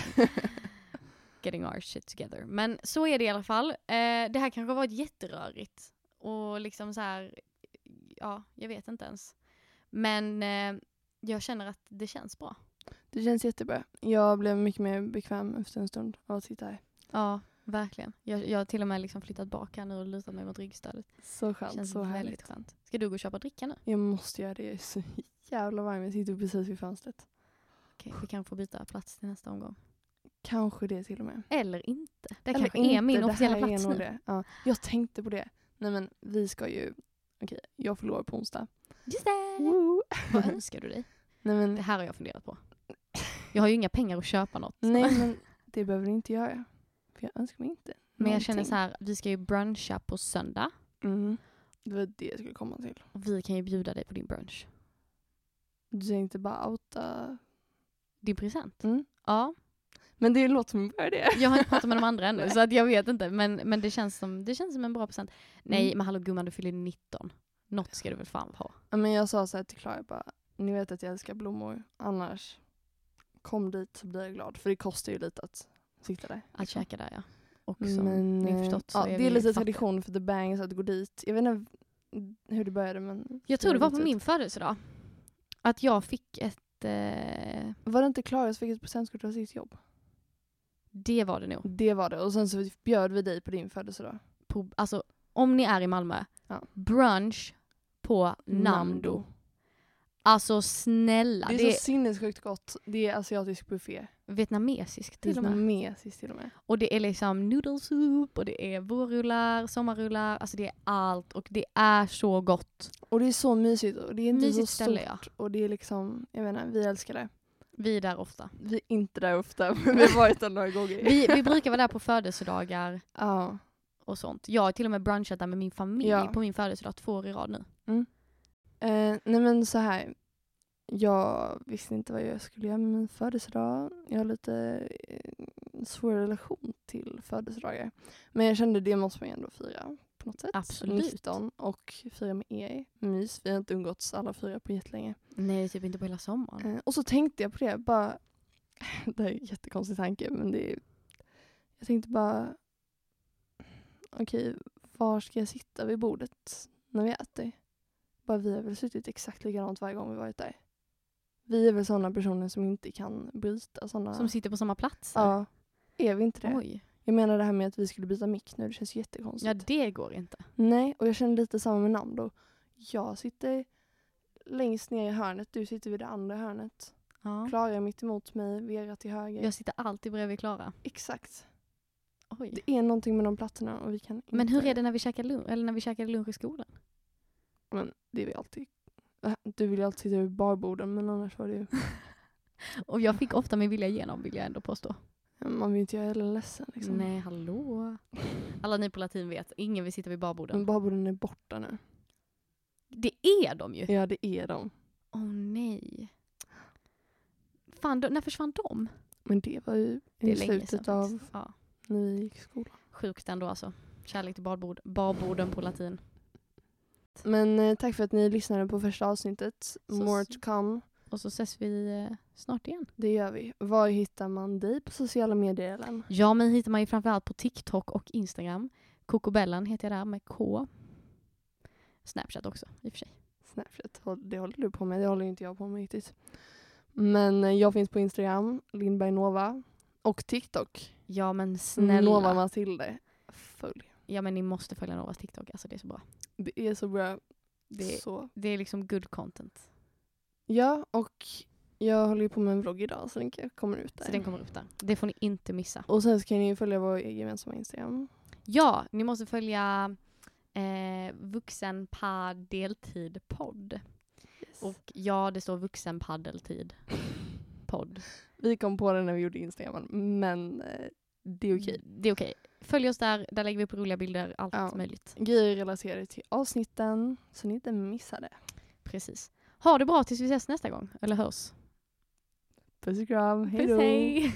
Speaker 3: Getting our shit together. Men så är det i alla fall. Eh, det här kanske har varit jätterörigt. Och liksom så här, ja, jag vet inte ens. Men eh, jag känner att det känns bra.
Speaker 6: Det känns jättebra. Jag blev mycket mer bekväm efter en stund av att sitta här.
Speaker 3: Ja, verkligen. Jag, jag har till och med liksom flyttat bak här nu och lutat mig mot ryggstödet.
Speaker 6: Så
Speaker 3: Det
Speaker 6: skönt,
Speaker 3: känns
Speaker 6: så härligt.
Speaker 3: väldigt skönt. Ska du gå och köpa dricka nu?
Speaker 6: Jag måste göra det, jag är så [laughs] jävla varm. Jag sitter precis vid fönstret.
Speaker 3: Okej, vi kan få byta plats till nästa omgång.
Speaker 6: Kanske det till och med.
Speaker 3: Eller inte. Det
Speaker 6: Eller
Speaker 3: kanske
Speaker 6: inte,
Speaker 3: är min
Speaker 6: det
Speaker 3: officiella
Speaker 6: här är
Speaker 3: plats
Speaker 6: nog
Speaker 3: nu.
Speaker 6: Det. Ja, jag tänkte på det. Nej men vi ska ju, okej jag förlorar på onsdag.
Speaker 3: Just det!
Speaker 6: Woo!
Speaker 3: Vad önskar du dig?
Speaker 6: Nej men,
Speaker 3: Det här har jag funderat på. Jag har ju inga pengar att köpa något.
Speaker 6: nej men det behöver ni inte göra. För jag önskar mig inte
Speaker 3: Men jag känner
Speaker 6: någonting.
Speaker 3: så här, vi ska ju bruncha på söndag.
Speaker 6: Mm. Det var det jag skulle komma till.
Speaker 3: Och vi kan ju bjuda dig på din brunch.
Speaker 6: Du tänkte bara outa.
Speaker 3: Din present.
Speaker 6: Mm.
Speaker 3: Ja.
Speaker 6: Men det låter som att göra det.
Speaker 3: Jag har inte pratat med de andra
Speaker 6: [laughs]
Speaker 3: ännu
Speaker 6: Nej.
Speaker 3: så att jag vet inte. Men, men det, känns som, det känns som en bra present. Nej
Speaker 6: Mm.
Speaker 3: men hallå gumman du fyller 19. Något ska du väl fan ha.
Speaker 6: Ja, men jag sa så här till Klara bara, ni vet att jag älskar blommor. Annars, kom dit så blir jag glad. För det kostar ju lite att sitta där.
Speaker 3: Att käka där ja. Liksom. Och som
Speaker 6: Men,
Speaker 3: ni har
Speaker 6: eh,
Speaker 3: förstått så
Speaker 6: ja,
Speaker 3: är
Speaker 6: det
Speaker 3: vi
Speaker 6: är lite
Speaker 3: fattiga.
Speaker 6: tradition för The Bangs att gå dit. Jag vet inte hur det började men...
Speaker 3: Jag tror det var på
Speaker 6: lite-
Speaker 3: min födelsedag. Att jag fick ett... Eh,
Speaker 6: Var det inte Klara som fick ett presentkort av sitt jobb?
Speaker 3: det var det nog.
Speaker 6: Det var det. Och sen så bjöd vi dig på din födelsedag.
Speaker 3: På, alltså om ni är i Malmö.
Speaker 6: Ja.
Speaker 3: Brunch på Namdo. Alltså snälla.
Speaker 6: Det är så sinnessjukt gott. Det är asiatisk buffé.
Speaker 3: vietnamesiskt till och med.
Speaker 6: Vietnamesiskt till och med.
Speaker 3: Och det är liksom noodlesoup och det är vårrullar, sommarrullar, alltså det är allt och det är så gott.
Speaker 6: Och det är så mysigt och det är inte
Speaker 3: Mysigt
Speaker 6: så
Speaker 3: ställe
Speaker 6: stort.
Speaker 3: ja.
Speaker 6: Och det är liksom, jag vet inte, vi älskar det.
Speaker 3: Vi är
Speaker 6: [laughs]
Speaker 3: där ofta.
Speaker 6: Vi är inte där ofta men [laughs] vi har varit där några gånger. [laughs]
Speaker 3: Vi, vi brukar vara där på födelsedagar
Speaker 6: Ja.
Speaker 3: och sånt. Jag har till och med brunchat där med min familj
Speaker 6: Ja.
Speaker 3: på min födelsedag två år i rad nu.
Speaker 6: Eh, nej men så här. Jag visste inte vad jag skulle göra med min födelsedag. Jag har lite eh, svår relation till födelsedagar. Men jag kände det måste man ju ändå fira på något sätt.
Speaker 3: Absolut.
Speaker 6: 19 och fira med er. Mys, vi har inte umgåtts alla fyra på jättelänge.
Speaker 3: Nej, typ inte på hela sommaren.
Speaker 6: Eh, och så tänkte jag på det, bara, [laughs] det här är en jättekonstig tanke, men det är, jag tänkte bara, okej, var ska jag sitta vid bordet när vi äter? Bara vi har väl suttit exakt likadant varje gång vi varit där. Vi är väl sådana personer som inte kan bryta sådana.
Speaker 3: Som sitter på samma plats?
Speaker 6: ja, är vi inte det?
Speaker 3: Oj.
Speaker 6: Jag menar det här med att vi skulle byta mick nu, det känns ju jättekonstigt.
Speaker 3: Ja, det går inte.
Speaker 6: Nej, och jag känner lite samma med Nando. Jag sitter längst ner i hörnet, du sitter vid det andra hörnet.
Speaker 3: Ja.
Speaker 6: Klara är mitt emot mig, Vera till höger.
Speaker 3: Jag sitter alltid bredvid Klara.
Speaker 6: Exakt.
Speaker 3: Oj.
Speaker 6: Det är någonting med de plattorna och vi kan inte...
Speaker 3: Men hur är det när vi käkar lunch, eller när vi käkar lunch i skolan?
Speaker 6: Men det är vi alltid... Äh, Du vill ju alltid sitta vid barborden men annars var det
Speaker 3: [laughs]
Speaker 6: ju...
Speaker 3: Och jag fick ofta min vilja igenom vill jag ändå påstå.
Speaker 6: Man vill ju inte göra Ellen ledsen liksom.
Speaker 3: Nej, hallå. Alla ni på latin vet, ingen vill sitta vid
Speaker 6: Men
Speaker 3: barborden.
Speaker 6: barborden är borta nu.
Speaker 3: Det är de ju.
Speaker 6: Ja det är de.
Speaker 3: Åh nej. Fan, då, när försvann de?
Speaker 6: Men det var ju
Speaker 3: Det
Speaker 6: i
Speaker 3: är länge
Speaker 6: slutet
Speaker 3: sedan
Speaker 6: av
Speaker 3: faktiskt. Ja.
Speaker 6: när vi gick i skolan.
Speaker 3: Sjukt ändå alltså. Kärlek till barbord, barborden på latin.
Speaker 6: Men eh, tack för att ni lyssnade på första avsnittet.
Speaker 3: Så-
Speaker 6: More to come.
Speaker 3: Och så ses vi eh, snart igen.
Speaker 6: Det gör vi. Var hittar man dig på sociala medier Ellen?
Speaker 3: Ja, mig hittar man ju framförallt på TikTok och Instagram. Kokobellan heter jag där med K. Snapchat också i och för sig.
Speaker 6: Snapchat, håll- det håller du på med. Det håller inte jag på med riktigt. Men eh, jag finns på Instagram, Lindberg Nova. Och TikTok,
Speaker 3: Ja men snälla.
Speaker 6: Nova Matilde. Följ.
Speaker 3: Ja men ni måste följa Novas TikTok, alltså det är så bra.
Speaker 6: Det är så bra.
Speaker 3: Det,
Speaker 6: Så.
Speaker 3: det är liksom good content.
Speaker 6: Ja, och jag håller ju på med en vlogg idag så den k- kommer ut där.
Speaker 3: Så den kommer upp där. Det får ni inte missa.
Speaker 6: Och sen så kan ni ju följa vår gemensamma Instagram.
Speaker 3: Ja, ni måste följa eh, vuxen par deltid podd. Och ja, det står vuxen par deltid podd.
Speaker 6: Vi kom på det när vi gjorde Instagram, men eh, det är okej.
Speaker 3: [laughs] Det är okej. Följ oss där, där lägger vi upp roliga bilder, allt
Speaker 6: Ja.
Speaker 3: möjligt.
Speaker 6: Grejer relaterade till avsnitten, så ni inte missar det.
Speaker 3: Precis. Ha det bra tills vi ses nästa gång, eller hörs.
Speaker 6: Puss och kram, hej då!
Speaker 3: hej.